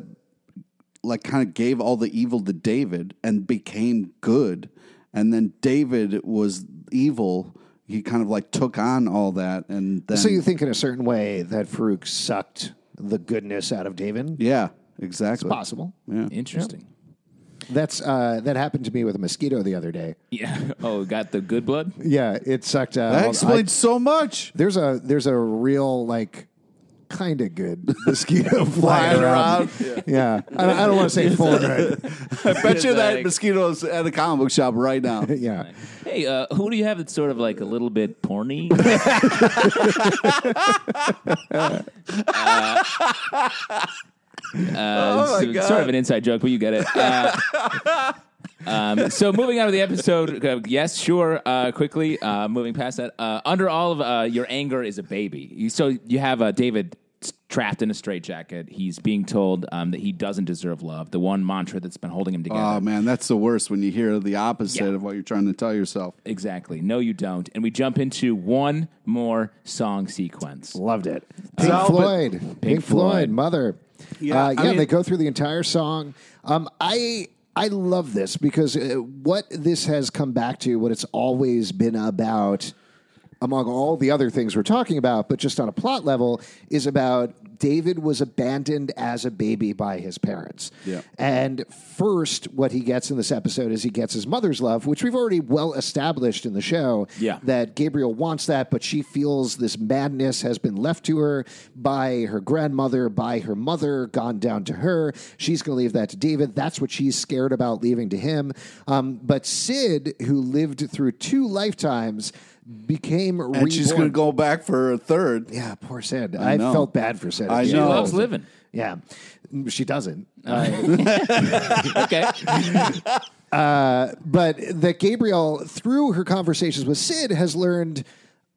like kind of gave all the evil to David and became good. and then David was evil. He kind of like took on all that, and then
So you think in a certain way that Farouk sucked the goodness out of David?
yeah, exactly.
Possible.
Interesting.
That's uh, that happened to me with a mosquito the other day.
Yeah. Oh, got the good blood.
Yeah, it sucked. Uh,
That
all- I-
explains so much.
there's a there's a real like kind of good mosquito flying
Flying
around.
around.
Yeah, I, don't- I don't want to say full good.
I bet you that
Like-
mosquito's at a comic book shop right now.
Yeah,
Hey, uh, who do you have that's sort of like a little bit Uh, porny?
Oh, my
uh, so-
God.
Sort of an inside joke, but you get it. Uh, um, so moving on to the episode, uh, yes, sure. Uh, quickly, uh, moving past that. Uh, under all of uh, your anger is a baby. You, so you have uh, David s- trapped in a straitjacket. He's being told um, that he doesn't deserve love. The one mantra that's been holding him together.
Oh man, that's the worst when you hear the opposite
Yeah.
of what you're trying to tell yourself.
exactly. No, you don't. And we jump into one more song sequence.
loved it. Pink
So-
Floyd, Pink, Floyd,
Floyd.
Mother.
Yeah,
uh,
I
yeah.
mean-
they go through the entire song. Um, I I love this because uh, what this has come back to, what it's always been about, among all the other things we're talking about, but just on a plot level, is about David was abandoned as a baby by his parents.
Yeah.
And first, what he gets in this episode is he gets his mother's love, which we've already well established in the show.
Yeah.
That Gabriel wants that, but she feels this madness has been left to her by her grandmother, by her mother, gone down to her. She's going to leave that to David. That's what she's scared about leaving to him. Um, but Sid, who lived through two lifetimes, became
And she's going to
reborn.
go back for a third.
Yeah, poor Sid. I,
know.
felt bad for Sid.
I
She
She
know. No.
loves living.
Yeah, she doesn't.
Okay.
but that Gabriel, through her conversations with Sid, has learned.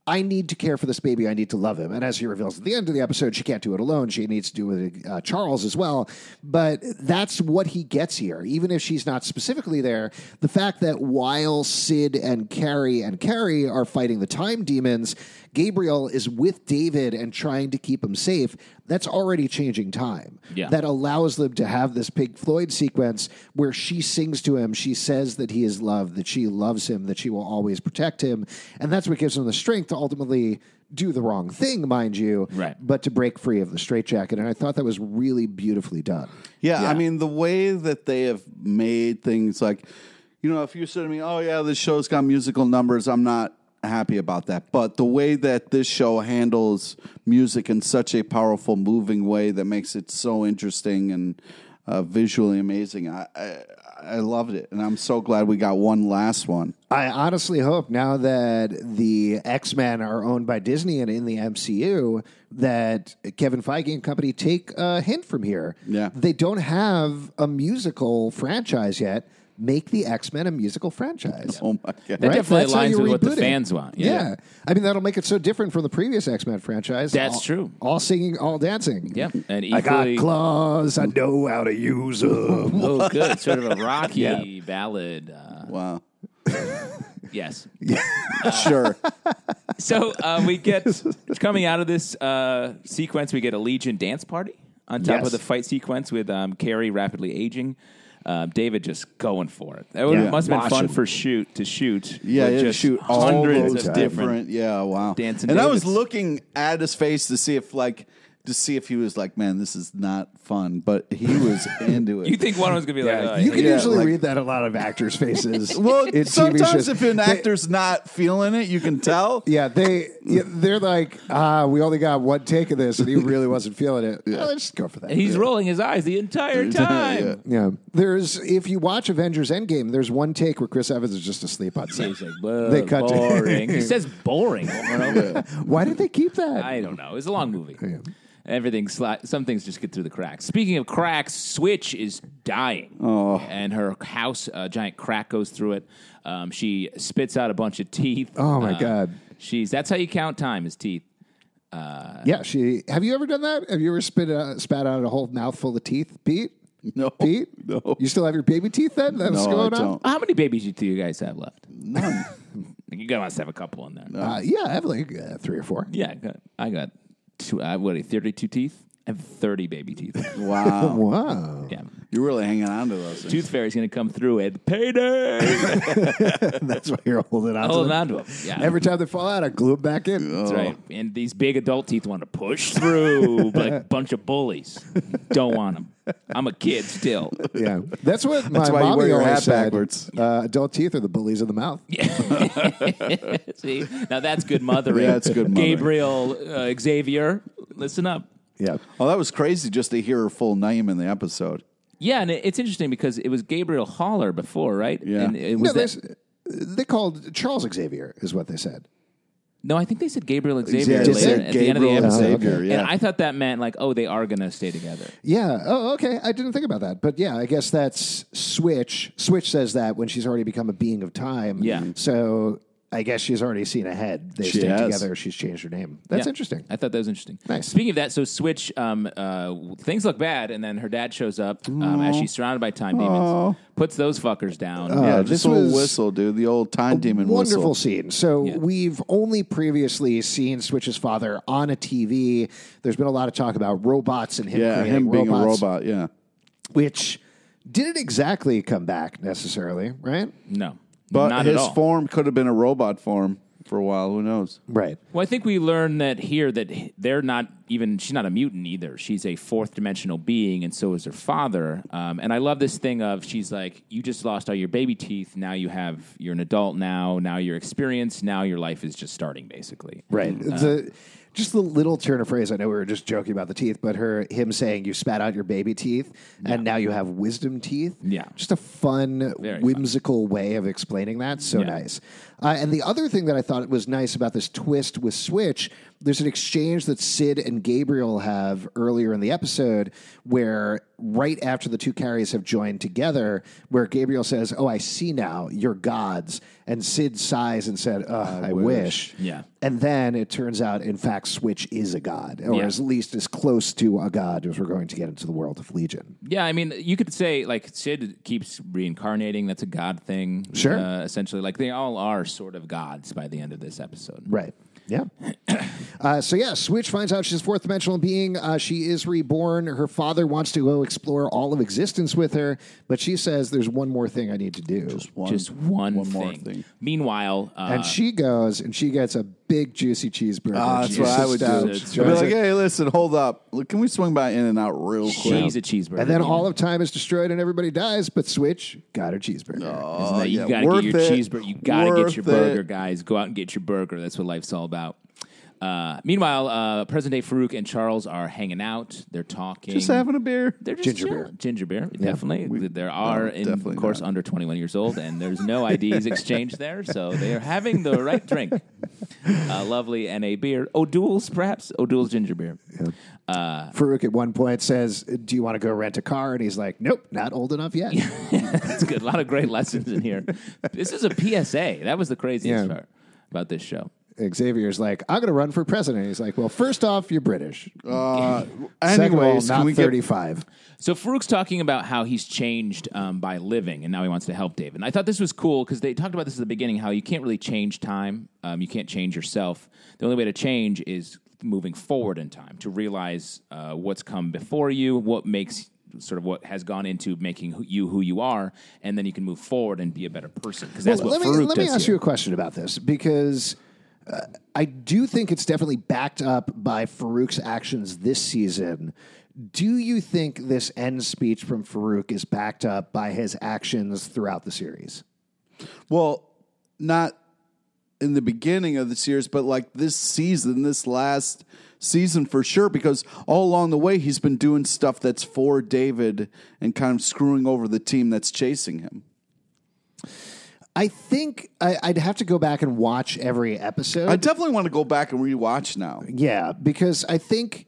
I need to care for this baby. I need to love him. And as she reveals at the end of the episode, she can't do it alone. She needs to do it with uh, Charles as well. But that's what he gets here. Even if she's not specifically there, the fact that while Sid and Carrie and Carrie are fighting the time demons, Gabriel is with David and trying to keep him safe, that's already changing time.
Yeah.
That allows them to have this Pink Floyd sequence where she sings to him. She says that he is loved, that she loves him, that she will always protect him. And that's what gives him the strength to ultimately do the wrong thing, mind you,
Right.
but to break free of the straitjacket. And I thought that was really beautifully done.
Yeah,
Yeah.
I mean the way that they have made things like, you know, if you said to me, "Oh yeah, this show's got musical numbers," I'm not happy about that. But the way that this show handles music in such a powerful, moving way that makes it so interesting and uh, visually amazing, I, I I loved it, and I'm so glad we got one last one.
I honestly hope now that the X Men are owned by Disney and in the MCU that Kevin Feige and company take a hint from here.
Yeah.
They don't have a musical franchise yet. Make the X Men a musical franchise.
Oh my god!
That definitely
how
aligns
you
with what the
reboot it.
fans want.
Yeah.
Yeah.
I mean that'll make it so different from the previous X Men franchise.
That's
All-
true.
All singing, all dancing.
Yeah, and
I got
equally-
claws. I know how to use them.
Oh, good. Sort of a rocky ballad. Uh,
Wow.
yes.
Sure.
So uh, we get coming out of this uh, sequence, we get a Legion dance party on top
Yes.
of the fight sequence with um, Carrie rapidly aging. Um, David just going for it. That would-
Yeah.
must have been
Mosh
fun
him.
for shoot to shoot.
Yeah,
with
yeah,
just
shoot all
hundreds
those
of different.
different, Yeah, wow.
Dancing
and I was
Davids.
looking at his face to see if like to see if he was like, man, this is not fun, but he was into it.
You think one was gonna be like, oh,
you can
Yeah,
usually
like-
read that on a lot of actors' faces.
well,
in TV
sometimes
shows.
if an
They-
actor's not feeling it, you can tell.
Yeah, they yeah, they're like, ah, we only got one take of this, and he really wasn't feeling it. Well, let's just go for that.
he's rolling his eyes the entire time.
Yeah.
yeah, there's if you watch Avengers Endgame, there's one take where Chris Evans is just asleep on set.
He's like, "Whoa,
They cut to-
boring. he says boring over and over.
Why did they keep that?
I don't know. It's a long movie. Everything, sli- some things just get through the cracks. Speaking of cracks, Switch is dying, oh. and her house, a giant crack goes through it. Um, she spits out a bunch of teeth.
Oh, my
Uh,
God.
She's that's how you count time is teeth.
yeah, she. Have you ever done that? Have you ever spit out, spat out a whole mouthful of teeth, Pete?
No.
Pete.
No.
You still have your baby teeth then? That's
No,
going
I
on.
don't.
How many babies do you guys have left?
None.
You guys must have a couple in there.
Uh, yeah, I have like uh, three or four.
Yeah, I got, I got uh, two. I what? Thirty-two teeth. I have thirty baby teeth.
Wow.
Wow.
yeah,
You're really hanging on to those. Things.
Tooth Fairy's going to come through and payday.
That's why you're holding on.
Hold
to them.
on to them. Oh, Yeah.
Every time they fall out, I glue them back in.
Oh.
That's right. And these big adult teeth want to push through like a bunch of bullies. Don't want them. I'm a kid still.
Yeah, that's what my
why you
mommy
wear your
always
hat
said.
backwards.
Uh, adult teeth are the bullies of the mouth.
See, now that's good mothering.
Yeah, that's good mothering.
Gabriel uh, Xavier, listen up.
Yeah,
Oh, that was crazy just to hear her full name in the episode.
Yeah, and it, it's interesting because it was Gabriel Holler before, right?
Yeah.
And it
no,
was
they,
that-
s- they called Charles Xavier is what they said.
no, I think they said Gabriel Xavier
They
later
said
at the end of the
Gabriel
episode.
Xavier, yeah.
And I thought that meant like, oh, they are going to stay together.
Yeah. Oh, okay. I didn't think about that, but yeah, I guess that's Switch. Switch says that when she's already become a being of time.
Yeah.
So I guess she's already seen ahead. They
Mm-hmm. She
stay
has.
together. She's changed her name. That's
Yeah.
interesting.
I thought that was interesting.
Nice.
Speaking of that, so Switch, um, uh, things look bad, and then her dad shows up um, as she's surrounded by time demons, puts those fuckers down.
yeah, just
this
the old
was
whistle, dude. The old time demon
Wonderful
whistle.
scene. So we've only previously seen Switch's father on a TV. There's been a lot of talk about robots and him
Yeah,
creating
him being
robots,
a robot. Yeah.
which didn't exactly come back necessarily, right?
No,
But
not
his
at all.
form could have been a robot form for a while. Who knows?
Right.
well, I think we learned that here that h- they're not even. She's not a mutant either. She's a fourth dimensional being, and so is her father. Um, and I love this thing of she's like, you just lost all your baby teeth. Now you have. You're an adult now. Now you're experienced. Now your life is just starting, basically.
Right. the Mm, just the little turn of phrase. I know we were just joking about the teeth, but her him saying you spat out your baby teeth and now you have wisdom teeth.
Yeah.
Just a fun,
Very
whimsical way of explaining that. So
Yeah.
nice. Uh, and the other thing that I thought was nice about this twist with Switch, there's an exchange that Sid and Gabriel have earlier in the episode where right after the two carriers have joined together, where Gabriel says, Oh, I see now, you're gods. And Sid sighs and said, Ugh, I, wish.
Yeah.
And then it turns out, in fact, Switch is a god, or
Yeah.
at least as close to a god as we're going to get into the world of Legion.
Yeah, I mean, you could say like Sid keeps reincarnating. That's a god thing.
Sure.
Uh, essentially, like they all are sort of gods by the end of this episode.
Right. Yeah. uh, so, yeah, Switch finds out she's a fourth dimensional being. Uh, she is reborn. Her father wants to go explore all of existence with her, but she says, There's one more thing I need to do.
One-
Just one,
one
thing.
more thing.
Meanwhile, uh,
and she goes and she gets a big, juicy cheeseburger.
Ah, that's
She
what I
sits
would
down,
do.
she
I'd be
joins
like,
it,
hey, listen, hold up. Look, can we swing by In and Out real quick?
she's a cheeseburger.
And then all of time is destroyed and everybody dies, but Switch got her cheeseburger.
Isn't that- you
Uh, yeah,
gotta
worth
get your
it.
cheeseburger. You gotta
Worth
get your
it.
burger, guys. Go out and get your burger. That's what life's all about. Uh, meanwhile, uh, present day Farouk and Charles are hanging out. They're talking.
Just having a beer.
They're just
Ginger beer.
chilling. Ginger beer, definitely. there are, in,
definitely
of course,
not.
under 21 years old, and there's no IDs exchanged there, so they are having the right drink. A lovely NA beer. O'Doul's, perhaps? O'Doul's ginger beer.
Farouk at one point says, Do you want to go rent a car? And he's like, Nope, not old enough yet.
That's good. A lot of great lessons in here. This is a PSA. That was the craziest
Yeah.
part about this show.
Xavier's like, I'm going to run for president. He's like, Well, first off, you're British.
Uh,
Second of all,
anyways, can
not
we get
35.
So Farouk's talking about how he's changed um, by living, and now he wants to help David. And I thought this was cool because they talked about this at the beginning, how you can't really change time, um, you can't change yourself. The only way to change is moving forward in time to realize uh, what's come before you, what makes sort of what has gone into making who, you who you are, and then you can move forward and be a better person because that's
Well,
what
let
Farouk
me, let me
does
ask
here.
you a question about this because uh, I do think it's definitely backed up by Farouk's actions this season. Do you think this end speech from Farouk is backed up by his actions throughout the series?
Well, not in the beginning of the series, but like this season, this last season for sure, because all along the way, he's been doing stuff that's for David and kind of screwing over the team that's chasing him.
I think I, I'd have to go back and watch every episode.
I definitely want to go back and rewatch now.
Yeah, because I think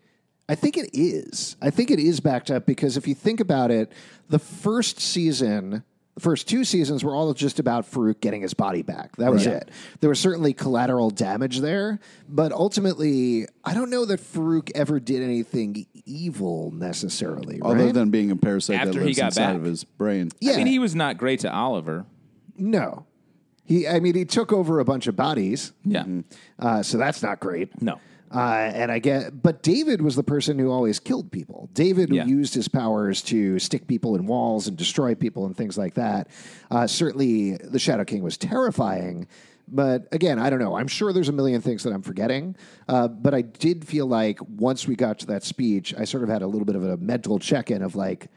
I think it is. I think it is backed up because if you think about it, the first season, the first two seasons were all just about Farouk getting his body back. That was it. There was certainly collateral damage there, but ultimately, I don't know that Farouk ever did anything evil necessarily.
Other
right?
than being a parasite
After
that
he
lives
got
inside
back.
of his brain.
yeah,
I mean, he was not great to Oliver.
no, he. I mean, he took over a bunch of bodies,
Yeah.
uh, so that's not great.
No.
Uh, and I get, but David was the person who always killed people. David
Yeah.
used his powers to stick people in walls and destroy people and things like that. Uh, certainly, the Shadow King was terrifying. But again, I don't know. I'm sure there's a million things that I'm forgetting. Uh, but I did feel like once we got to that speech, I sort of had a little bit of a mental check in of like,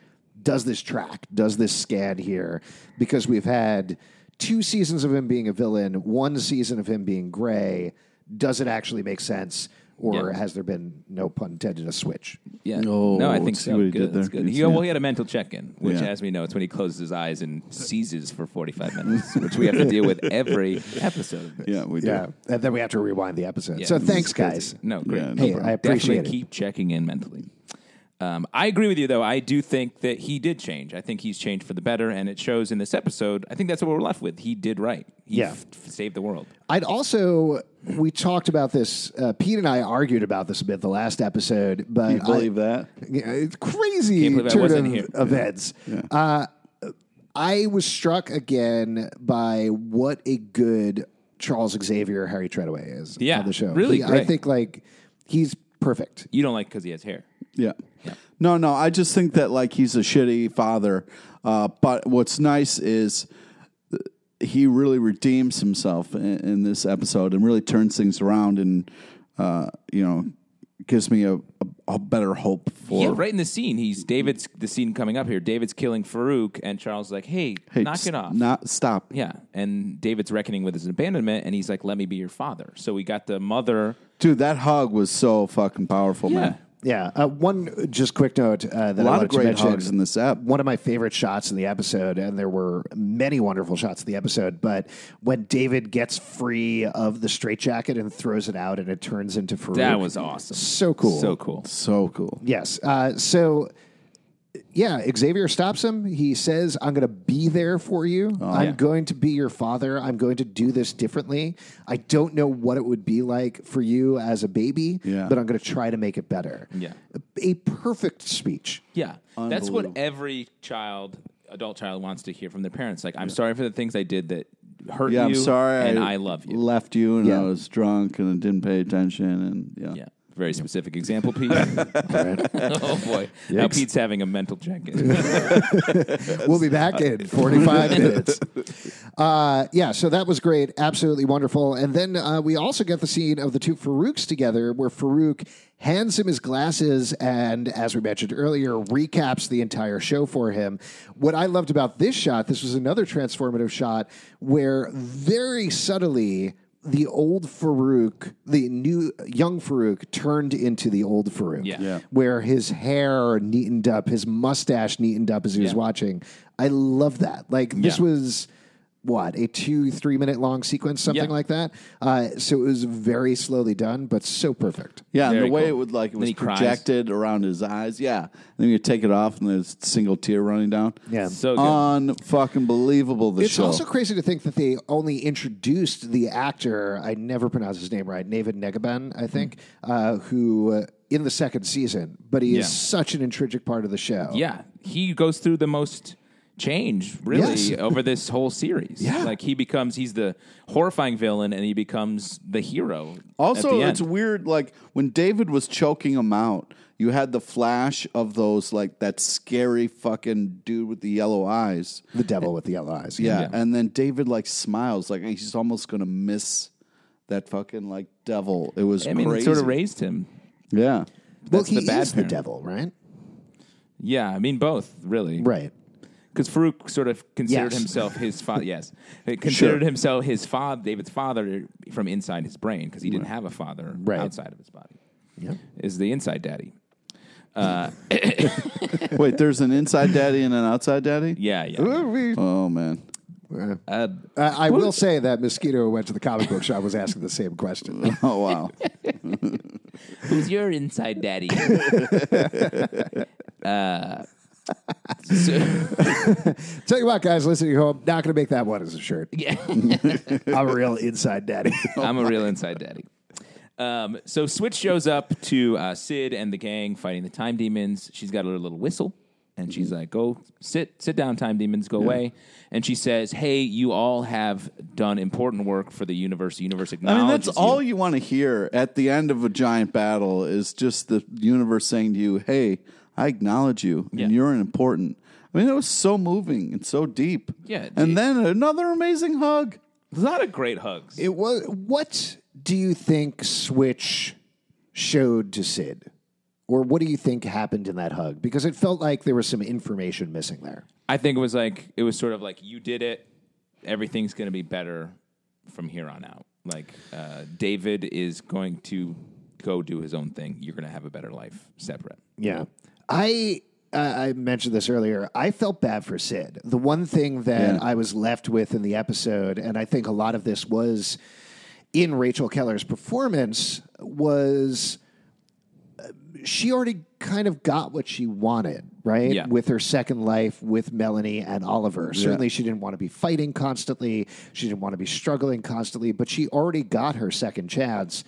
does this track? Does this scan here? Because we've had two seasons of him being a villain, one season of him being gray. Does it actually make sense? Or
Yeah.
has there been, no pun intended, a switch?
Yeah.
Oh,
no, I think
see
so.
what he
Good.
did
That's
there.
good. He,
Yeah.
well, he had a mental check-in, which,
Yeah.
as we know, it's when he closes his eyes and seizes for 45 minutes, which we have to deal with every episode. of this.
Yeah, we do.
Yeah. And then we have to rewind the episode.
Yeah.
So
This
thanks,
is crazy.
guys.
No, great.
Yeah, no
Hey, problem. I appreciate
Definitely
it.
keep checking in mentally. Um, I agree with you, though. I do think that he did change. I think he's changed for the better, and it shows in this episode. I think that's what we're left with. He did right. He
Yeah.
f- f- saved the world.
I'd also, we talked about this. Uh, Pete and I argued about this a bit the last episode, but
You believe
I,
that?
Yeah, it's crazy
Can't believe I
turn
wasn't
of
here.
events. Uh, I was struck again by what a good Charles Xavier Harry Treadaway is
Yeah,
on the show.
really
He- I
great.
think like he's perfect.
You don't like because he has hair.
Yeah. No, no. I just think that like he's a shitty father. Uh, but what's nice is uh, he really redeems himself in, in this episode and really turns things around and uh, you know gives me a, a, a better hope for.
yeah, right in the scene, he's David's. The scene coming up here, David's killing Farouk, and Charles is like, "Hey,
Hey,
knock
just
it off."
Not stop.
Yeah, and David's reckoning with his abandonment, and he's like, "Let me be your father." So we got the mother.
Dude, that hug was so fucking powerful, man.
Yeah. Uh, one just quick note uh, that I
A lot
wanted
of great
to mention.
hugs in this app.
one of my favorite shots in the episode, and there were many wonderful shots in the episode. But when David gets free of the straitjacket and throws it out, and it turns into Farouk,
That was awesome.
so cool.
So cool.
So cool.
Yes. Uh, so, yeah, Xavier stops him. He says, I'm going to be there for you. I'm
Oh, Yeah.
going to be your father. I'm going to do this differently. I don't know what it would be like for you as a baby,
Yeah.
but I'm going to try to make it better.
Yeah.
A perfect speech.
Yeah. That's
Unbelievable.
what every child, adult child, wants to hear from their parents. Like, I'm sorry for the things I did that hurt
Yeah,
you.
I'm sorry.
And I, love you.
Left you, and
Yeah.
I was drunk, and I didn't pay attention, and yeah.
yeah. Very specific example, Pete. oh, boy. Now Pete's having a mental check in.
We'll be back in 45 minutes. Uh, yeah, so that was great. Absolutely wonderful. And then uh, we also get the scene of the two Farouks together where Farouk hands him his glasses and, as we mentioned earlier, recaps the entire show for him. What I loved about this shot, this was another transformative shot where very subtly the old Farouk, the new young Farouk, turned into the old Farouk.
Yeah. Yeah.
Where his hair neatened up, his mustache neatened up as he was
Yeah.
watching. I love that. Like this
Yeah.
was what a two three minute long sequence, something
Yeah.
like that. Uh, so it was very slowly done, but so perfect.
Yeah, and
Very
the way
cool.
it would like it
Then
was
he cries.
projected around his eyes. Yeah, and then you take it off, and there's a single tear running down.
Yeah.
So good.
unfucking believable. The
It's
show.
also crazy to think that they only introduced the actor. I never pronounce his name right, David Negaban, I think, uh, who uh, in the second season, but he
Hmm. Yeah.
is such an intrinsic part of the show.
yeah. He goes through the most change, really,
Yes.
over this whole series.
Yeah.
Like, he becomes, he's the horrifying villain, and he becomes the hero. at
Also,
the end.
it's weird. Like when David was choking him out, you had the flash of those like that scary fucking dude with the yellow eyes.
the devil with the yellow eyes.
Yeah, and then David like smiles, like he's almost gonna miss that fucking like devil. It was
I mean, it
crazy.
sort of raised him.
yeah.
well,
That's
he
the bad
is
parent.
the devil, right?
Yeah, I mean both, really.
Right.
Because Farouk sort of considered
Yes.
himself his father. yes, He considered himself his father, David's father, from inside his brain because he didn't have a father
Right.
outside of his body.
Yep.
Is the inside daddy?
Wait, there's an inside daddy and an outside daddy.
Yeah, yeah.
Oh man.
Uh,
Uh, I will say that Mosquito who went to the comic book shop was asking the same question.
Oh wow.
who's your inside daddy? uh, so-
Tell you what, guys, listening at home, not going to make that one as a shirt.
yeah.
I'm a real inside daddy.
Oh
I'm a real inside daddy. Um, so Switch shows up to uh, Sid and the gang fighting the time demons. She's got her little whistle. And she's
Mm-hmm.
like, "Go sit, sit down, time demons, go away." And she says, "Hey, you all have done important work for the universe. The universe
I
acknowledges
mean, that's
you.
all you want to hear at the end of a giant battle is just the universe saying to you, "Hey, I acknowledge you, and
Yeah.
you're important." I mean, it was so moving and so deep.
Yeah, gee.
and then another amazing hug.
A lot of great hugs.
It was. What do you think Switch showed to Sid, or what do you think happened in that hug? Because it felt like there was some information missing there.
I think it was like it was sort of like you did it. Everything's going to be better from here on out. Like uh, David is going to go do his own thing. You're going to have a better life separate.
Yeah. I uh, I mentioned this earlier. I felt bad for Sid. The one thing that
Yeah.
I was left with in the episode, and I think a lot of this was in Rachel Keller's performance, was uh, she already kind of got what she wanted, right?
Yeah.
With her second life with Melanie and Oliver. Certainly, she didn't want to be fighting constantly. She didn't want to be struggling constantly, but she already got her second chance.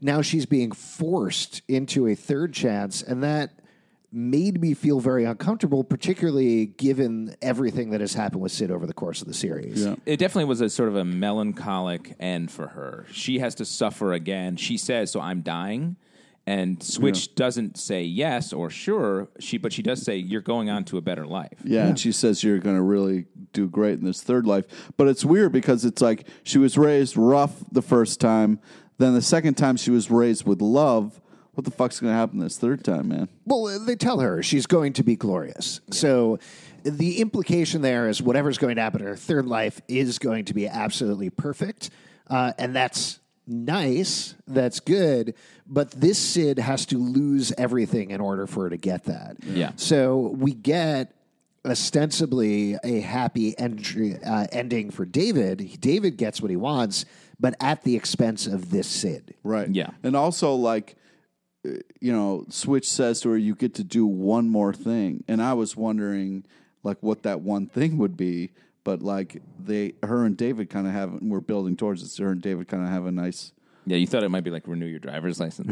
Now she's being forced into a third chance, and that made me feel very uncomfortable, particularly given everything that has happened with Sid over the course of the series.
Yeah.
It definitely was a sort of a melancholic end for her. She has to suffer again. She says, "So I'm dying." And Switch doesn't say yes or sure. She, but she does say, "You're going on to a better life."
Yeah, and she says you're going to really do great in this third life. But it's weird because it's like she was raised rough the first time, then the second time she was raised with love. What the fuck's going to happen this third time, man?
Well, they tell her she's going to be glorious. So the implication there is whatever's going to happen in her third life is going to be absolutely perfect. Uh, and that's nice. That's good. But this Sid has to lose everything in order for her to get that.
Yeah.
So we get ostensibly a happy entry, uh, ending for David. David gets what he wants, but at the expense of this Sid.
Right.
Yeah.
And also, like, uh, you know, Switch says to her, you get to do one more thing. And I was wondering, like, what that one thing would be. But, like, they, her and David kind of have, we're building towards this. Her and David kind of have a nice.
Yeah, you thought it might be like renew your driver's license.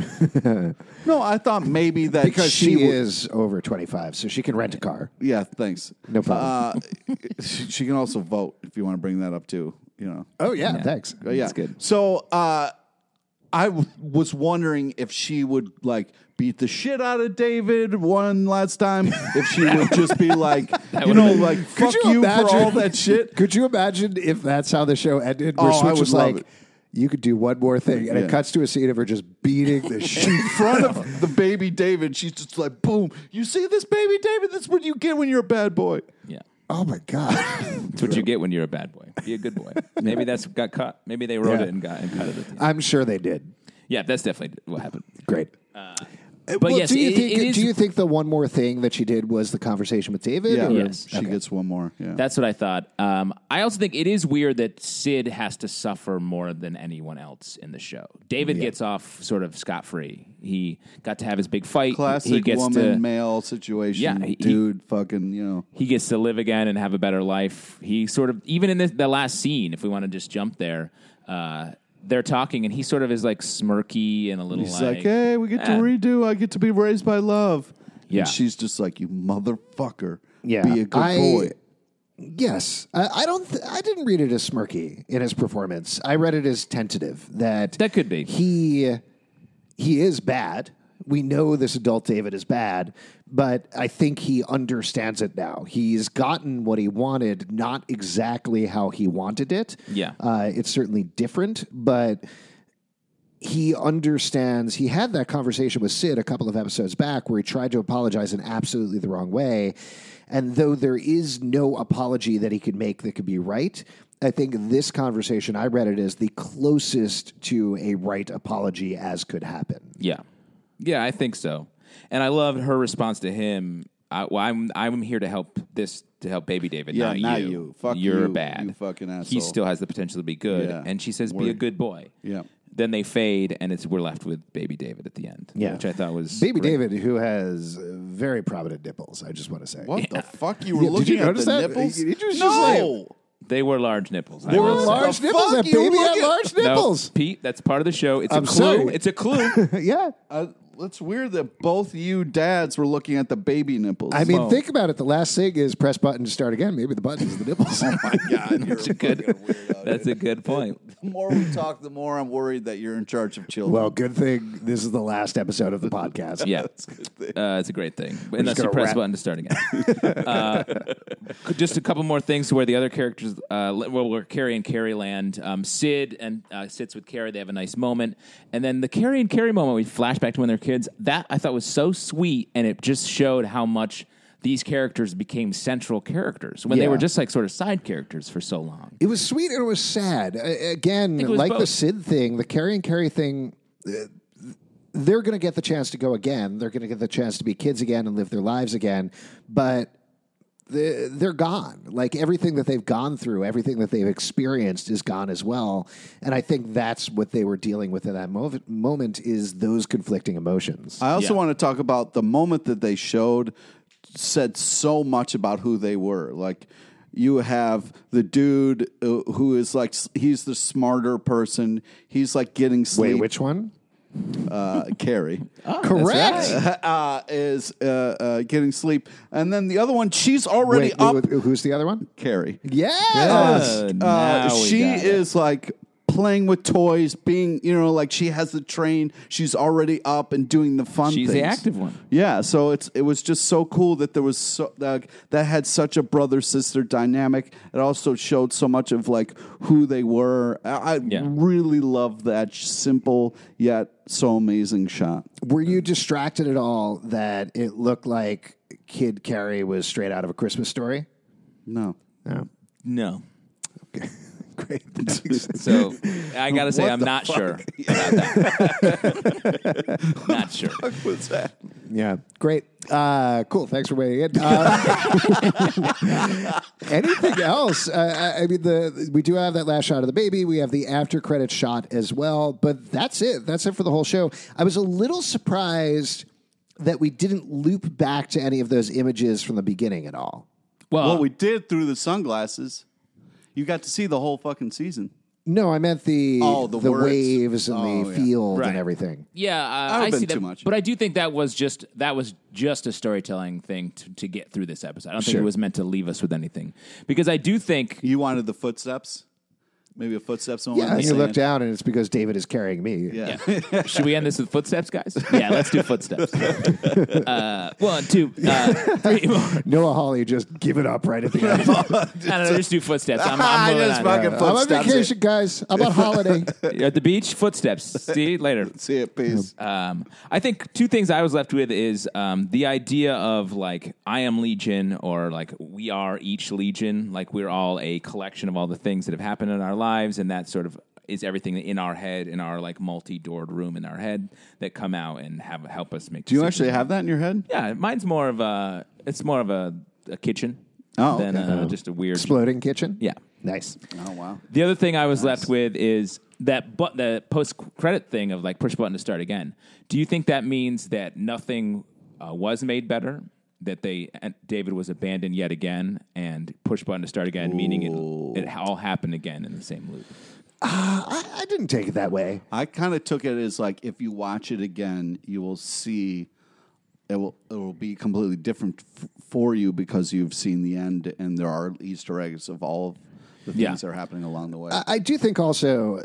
No, I thought maybe that
Because
she,
she,
would-
is over 25, so she can rent a car.
Yeah, thanks.
No problem.
Uh, she, she can also vote if you want to bring that up, too, you know.
Oh, yeah, thanks.
But yeah,
That's good.
So uh, I w- was wondering if she would like beat the shit out of David one last time. if she would just be like, you know, like fuck you, for all that shit.
Could you imagine if that's how the show ended? Where
Oh, I
Switch
would
was
love
like,
it.
you could do one more thing, and
Yeah.
it cuts to a scene of her just beating the shit.
In front of the baby David, she's just like, boom. You see this baby David? That's what you get when you're a bad boy.
yeah.
Oh my god!
That's what you get when you're a bad boy. Be a good boy. Maybe that's got cut. Maybe they wrote
Yeah.
it and got and cut it. At the end.
I'm sure they did.
Yeah, that's definitely what happened.
Great.
Uh,
Uh,
But
well,
yes,
do you
it-
think
it is-
do you think the one more thing that she did was the conversation with David? or-
Yes.
she gets one more. Yeah,
that's what I thought. Um, I also think it is weird that Sid has to suffer more than anyone else in the show. David gets off sort of scot free. He got to have his big fight. he
classic
gets
woman
to,
male situation.
Yeah, he-
dude, fucking, you know.
he gets to live again and have a better life. He sort of even in this, the last scene, if we want to just jump there, uh, they're talking and he sort of is like smirky and a little "Eh,
He's like, hey, we get
"Eh."
to redo. I get to be raised by love.
Yeah.
And she's just like, you motherfucker.
Yeah.
Be a good
I-
boy.
Yes, I, I don't. Th- I didn't read it as smirky in his performance. I read it as tentative. That
That could be.
he he is bad. We know this adult David is bad, but I think he understands it now. He's gotten what he wanted, not exactly how he wanted it.
Yeah.
uh, it's certainly different, but he understands he had that conversation with Sid a couple of episodes back where he tried to apologize in absolutely the wrong way. And though there is no apology that he could make that could be right, I think this conversation, I read it as the closest to a right apology as could happen.
Yeah, yeah, I think so. And I love her response to him. I, well, I'm I'm here to help this to help baby David.
Yeah,
not,
not
you.
you. Fuck
You're
you,
bad.
you fucking
He
asshole.
still has the potential to be good.
Yeah.
And she says, "Be a
Word.
good boy."
Yeah.
Then they fade, and it's we're left with baby David at the end.
Yeah.
which I thought was
Baby
great.
David, who has uh, very prominent nipples, I just want to say.
What the fuck? You were
Yeah, did
looking
you
at
notice
the
that?
nipples?
He- he was just
no.
They were large nipples. I
There were
will say.
large
the
nipples.
fuck?
That
You
baby
look
had
at-
large
No,
nipples.
Pete. That's part of the show. It's
I'm
a clue.
sorry.
It's a clue.
yeah.
I- Uh, It's weird that both you dads were looking at the baby nipples.
I mean, think about it. The last thing is press button to start again. Maybe the button is the nipples.
God, you're
That's a good.
fucking weirdo,
That's a
dude.
good point.
The more we talk, the more I'm worried that you're in charge of children.
well, good thing this is the last episode of the podcast.
Yeah,
That's a good thing.
uh, it's a great thing. Unless you
gonna
press
wrap-
button to start again.
Uh, just a couple more things to where the other characters, uh, li- well, we're Carrie and Carrie land. Um, Sid and uh, sits with Carrie. They have a nice moment, and then the Carrie and Carrie moment, we flash back to when they're kids. That I thought was so sweet, and it just showed how much these characters became central characters when they
Yeah.
were just like sort of side characters for so long.
It was sweet and it was sad. A- Again,
it was
like the
both.
Sid thing, the Carrie and Carrie thing, uh, they're going to get the chance to go again. They're going to get the chance to be kids again and live their lives again. But the- they're gone. Like everything that they've gone through, everything that they've experienced is gone as well. And I think that's what they were dealing with in that mov- moment is those conflicting emotions.
I also
Yeah.
want to talk about the moment that they showed said so much about who they were. Like you have the dude uh, who is like s- he's the smarter person. He's like getting
Wait,
sleep.
which one?
uh, Carrie
Oh.
Correct.
uh, is uh, uh, getting sleep, and then the other one she's already
Wait,
up.
who- who's the other one?
Carrie.
Yes.
Good.
Uh,
Now we
she
got it.
is like playing with toys, being you know like she has the train. She's already up and doing the fun.
She's the
things.
active one.
Yeah, so it's it was just so cool that there was so that, that had such a brother sister dynamic. It also showed so much of like who they were. I, I
Yeah.
really love that simple yet so amazing shot.
Were you distracted at all that it looked like Kid Carrie was straight out of a Christmas story?
No.
No.
No.
Great.
So I gotta say,
What
I'm
the
not
fuck?
sure. about that. not sure.
What's that?
yeah. Great. Uh, cool. Thanks for waiting in. Uh, anything else? Uh, I- I mean, the we do have that last shot of the baby. We have the after credit shot as well. But that's it. That's it for the whole show. I was a little surprised that we didn't loop back to any of those images from the beginning at all.
Well,
Well, we did through the sunglasses. You got to see the whole fucking season.
No, I meant the
Oh, the words.
waves and
Oh,
the
yeah.
field
Right.
and everything.
Yeah, uh,
would've
I
been
see that,
too much.
but I do think that was just that was just a storytelling thing to, to get through this episode. I don't think
Sure.
it was meant to leave us with anything because I do think
You wanted the footsteps, maybe a footsteps.
Yeah, and you look down, and it's because David is carrying me.
Yeah.
should we end this with footsteps, guys? Yeah, let's do footsteps. uh, one, two, uh, three more. I
Noah Hawley just give it up right at the end.
don't know, just do footsteps. I'm,
I
I'm
just
moving on.
fucking
I'm on
footsteps.
vacation, guys. I'm on holiday.
You're at the beach. Footsteps. See you later.
it. See it, peace.
Um, I think two things I was left with is um, the idea of like I am Legion or like we are each Legion, like we're all a collection of all the things that have happened in our lives, and that sort of is everything in our head, in our like multi-doored room in our head that come out and have help us make.
Do you actually have that in your head?
Yeah, mine's more of a. It's more of a, a kitchen
Oh,
than
okay.
uh, just a weird.
Exploding kitchen.
Yeah.
nice.
Oh wow.
The other thing I was left with is that but the post credit thing of like push button to start again. Do you think that means that nothing uh, was made better? That they and David was abandoned yet again, and push button to start again, meaning it, it all happened again in the same loop.
I, I didn't take it that way.
I kind of took it as like if you watch it again, you will see it will it will be completely different f- for you because you've seen the end and there are Easter eggs of all of the things
Yeah.
that are happening along the way.
I- I do think also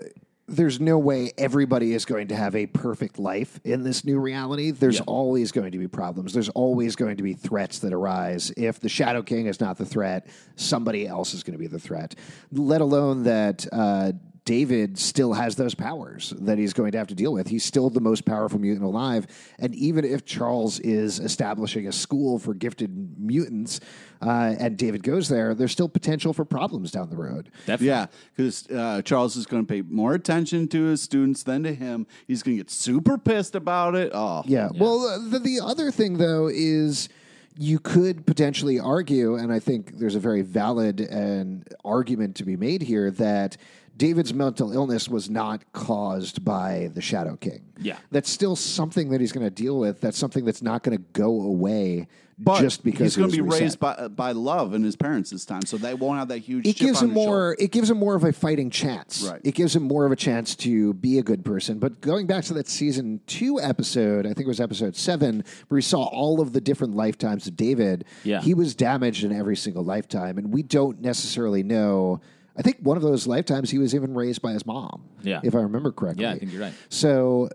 there's no way everybody is going to have a perfect life in this new reality. There's always going to be problems. There's always going to be threats that arise. If the Shadow King is not the threat, somebody else is going to be the threat. Let alone that uh, David still has those powers that he's going to have to deal with. He's still the most powerful mutant alive. And even if Charles is establishing a school for gifted mutants uh, and David goes there, there's still potential for problems down the road.
Definitely.
yeah, because uh, Charles is going to pay more attention to his students than to him. He's going to get super pissed about it. Oh,
Yeah. Well, uh, the, the other thing, though, is you could potentially argue, and I think there's a very valid and argument to be made here that David's mental illness was not caused by the Shadow King.
Yeah.
That's still something that he's going to deal with. That's something that's not going to go away
But
just because
he's
he
going
was
to be
reset.
raised by by love and his parents this time, so they won't have that huge.
it
chip
gives
on
him
his shoulder.
more it gives him more of a fighting chance
Right.
it gives him more of a chance to be a good person but going back to that season two episode i think it was episode seven where we saw all of the different lifetimes of david
Yeah.
he was damaged in every single lifetime and we don't necessarily know i think one of those lifetimes he was even raised by his mom
Yeah.
if i remember correctly
Yeah, I think you're right.
so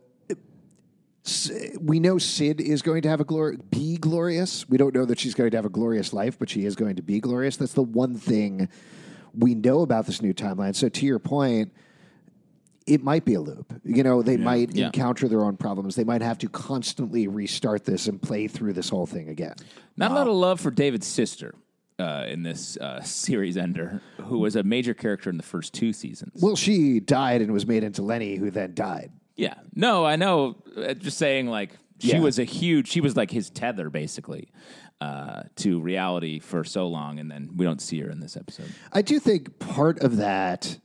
S- we know Sid is going to have a glor- be glorious. We don't know that she's going to have a glorious life, but she is going to be glorious. That's the one thing we know about this new timeline. So to your point, it might be a loop. You know, they might
Yeah.
encounter their own problems. They might have to constantly restart this and play through this whole thing again.
Not a lot of love for David's sister uh, in this uh, series ender, who was a major character in the first two seasons.
Well, she died and was made into Lenny, who then died.
yeah, no, I know. Uh, Just saying, like she
Yeah.
was a huge. She was like his tether, basically, uh, to reality for so long, and then we don't see her in this episode.
I do think part of that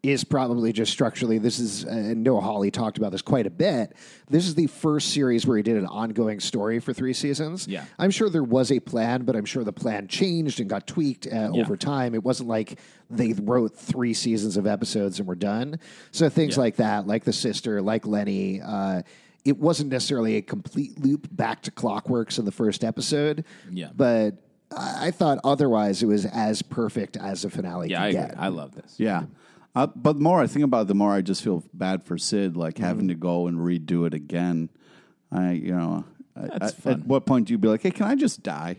is probably just structurally. This is, and Noah Hawley talked about this quite a bit. This is the first series where he did an ongoing story for three seasons.
Yeah.
I'm sure there was a plan, but I'm sure the plan changed and got tweaked uh, over time. It wasn't like they wrote three seasons of episodes and were done. So things like that, like the sister, like Lenny, uh, it wasn't necessarily a complete loop back to Clockworks in the first episode.
Yeah.
But I, I thought otherwise it was as perfect as a finale
Yeah,
could
I,
get.
agree. I love this.
Yeah. Uh, but the more I think about it, the more I just feel bad for Sid, like having to go and redo it again. I, you know, I-
That's
I-
fun.
at what point do you be like, hey, can I just die?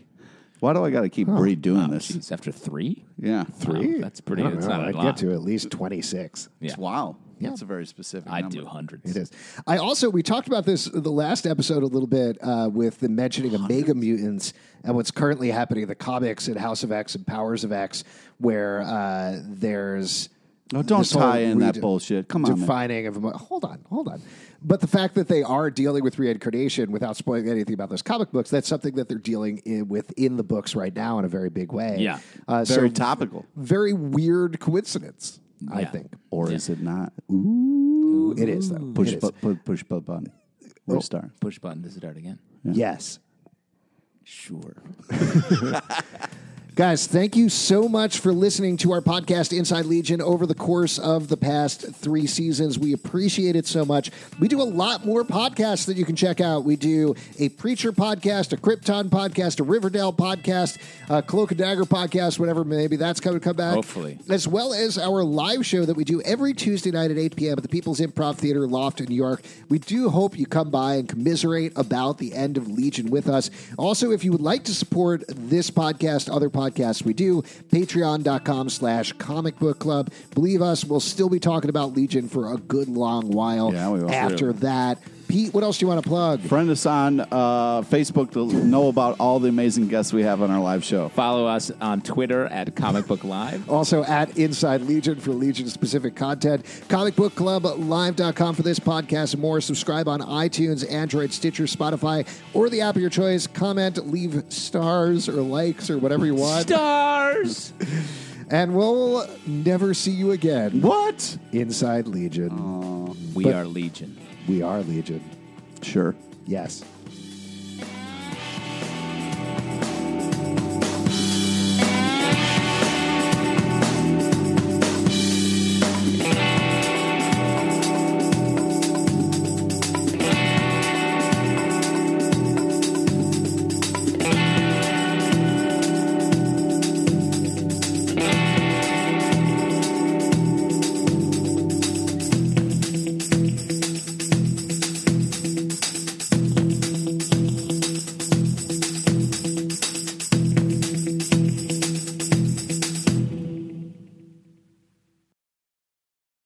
Why do I got to keep redoing this?
Jeez, after three,
Yeah.
Wow, that's pretty.
I don't
It's
know.
not a
I'd
lot.
get to at least 26.
Yeah.
Wow. That's a very specific
I
number.
do hundreds.
It is. I also, we talked about this the last episode a little bit uh, with the mentioning of Mega Mutants and what's currently happening in the comics in House of X and Powers of X, where uh, there's.
No, don't
this whole
tie in that
rede-
bullshit. Come on, man.
Defining of. Hold on, hold on. But the fact that they are dealing with reincarnation without spoiling anything about those comic books, that's something that they're dealing in, with in the books right now in a very big way.
Yeah.
Uh,
Very
so
topical.
very weird coincidence, I
Yeah.
think.
Or is it not?
It is, though.
Push,
It is.
bu- pu- push bu- button. Restart.
Push button to start again.
Yes.
Sure.
Guys, thank you so much for listening to our podcast, Inside Legion, over the course of the past three seasons. We appreciate it so much. We do a lot more podcasts that you can check out. We do a Preacher podcast, a Krypton podcast, a Riverdale podcast, a Cloak and Dagger podcast, whatever, maybe that's coming to come back.
Hopefully.
as well as our live show that we do every Tuesday night at 8 p.m. at the People's Improv Theater Loft in New York. We do hope you come by and commiserate about the end of Legion with us. Also, if you would like to support this podcast, other podcasts we do, patreon.com slash comic book club. Believe us, we'll still be talking about Legion for a good long while
Yeah, we will.
after that. Pete, what else do you want to plug?
Friend us on uh, Facebook to know about all the amazing guests we have on our live show.
Follow us on Twitter at Comic Book Live.
Also at Inside Legion for Legion specific content. ComicBookClubLive.com for this podcast and more. Subscribe on iTunes, Android, Stitcher, Spotify, or the app of your choice. Comment, leave stars or likes or whatever you want.
Stars.
And we'll never see you again.
What?
Inside Legion.
We
But-
are Legion.
We are Legion.
Sure.
Yes.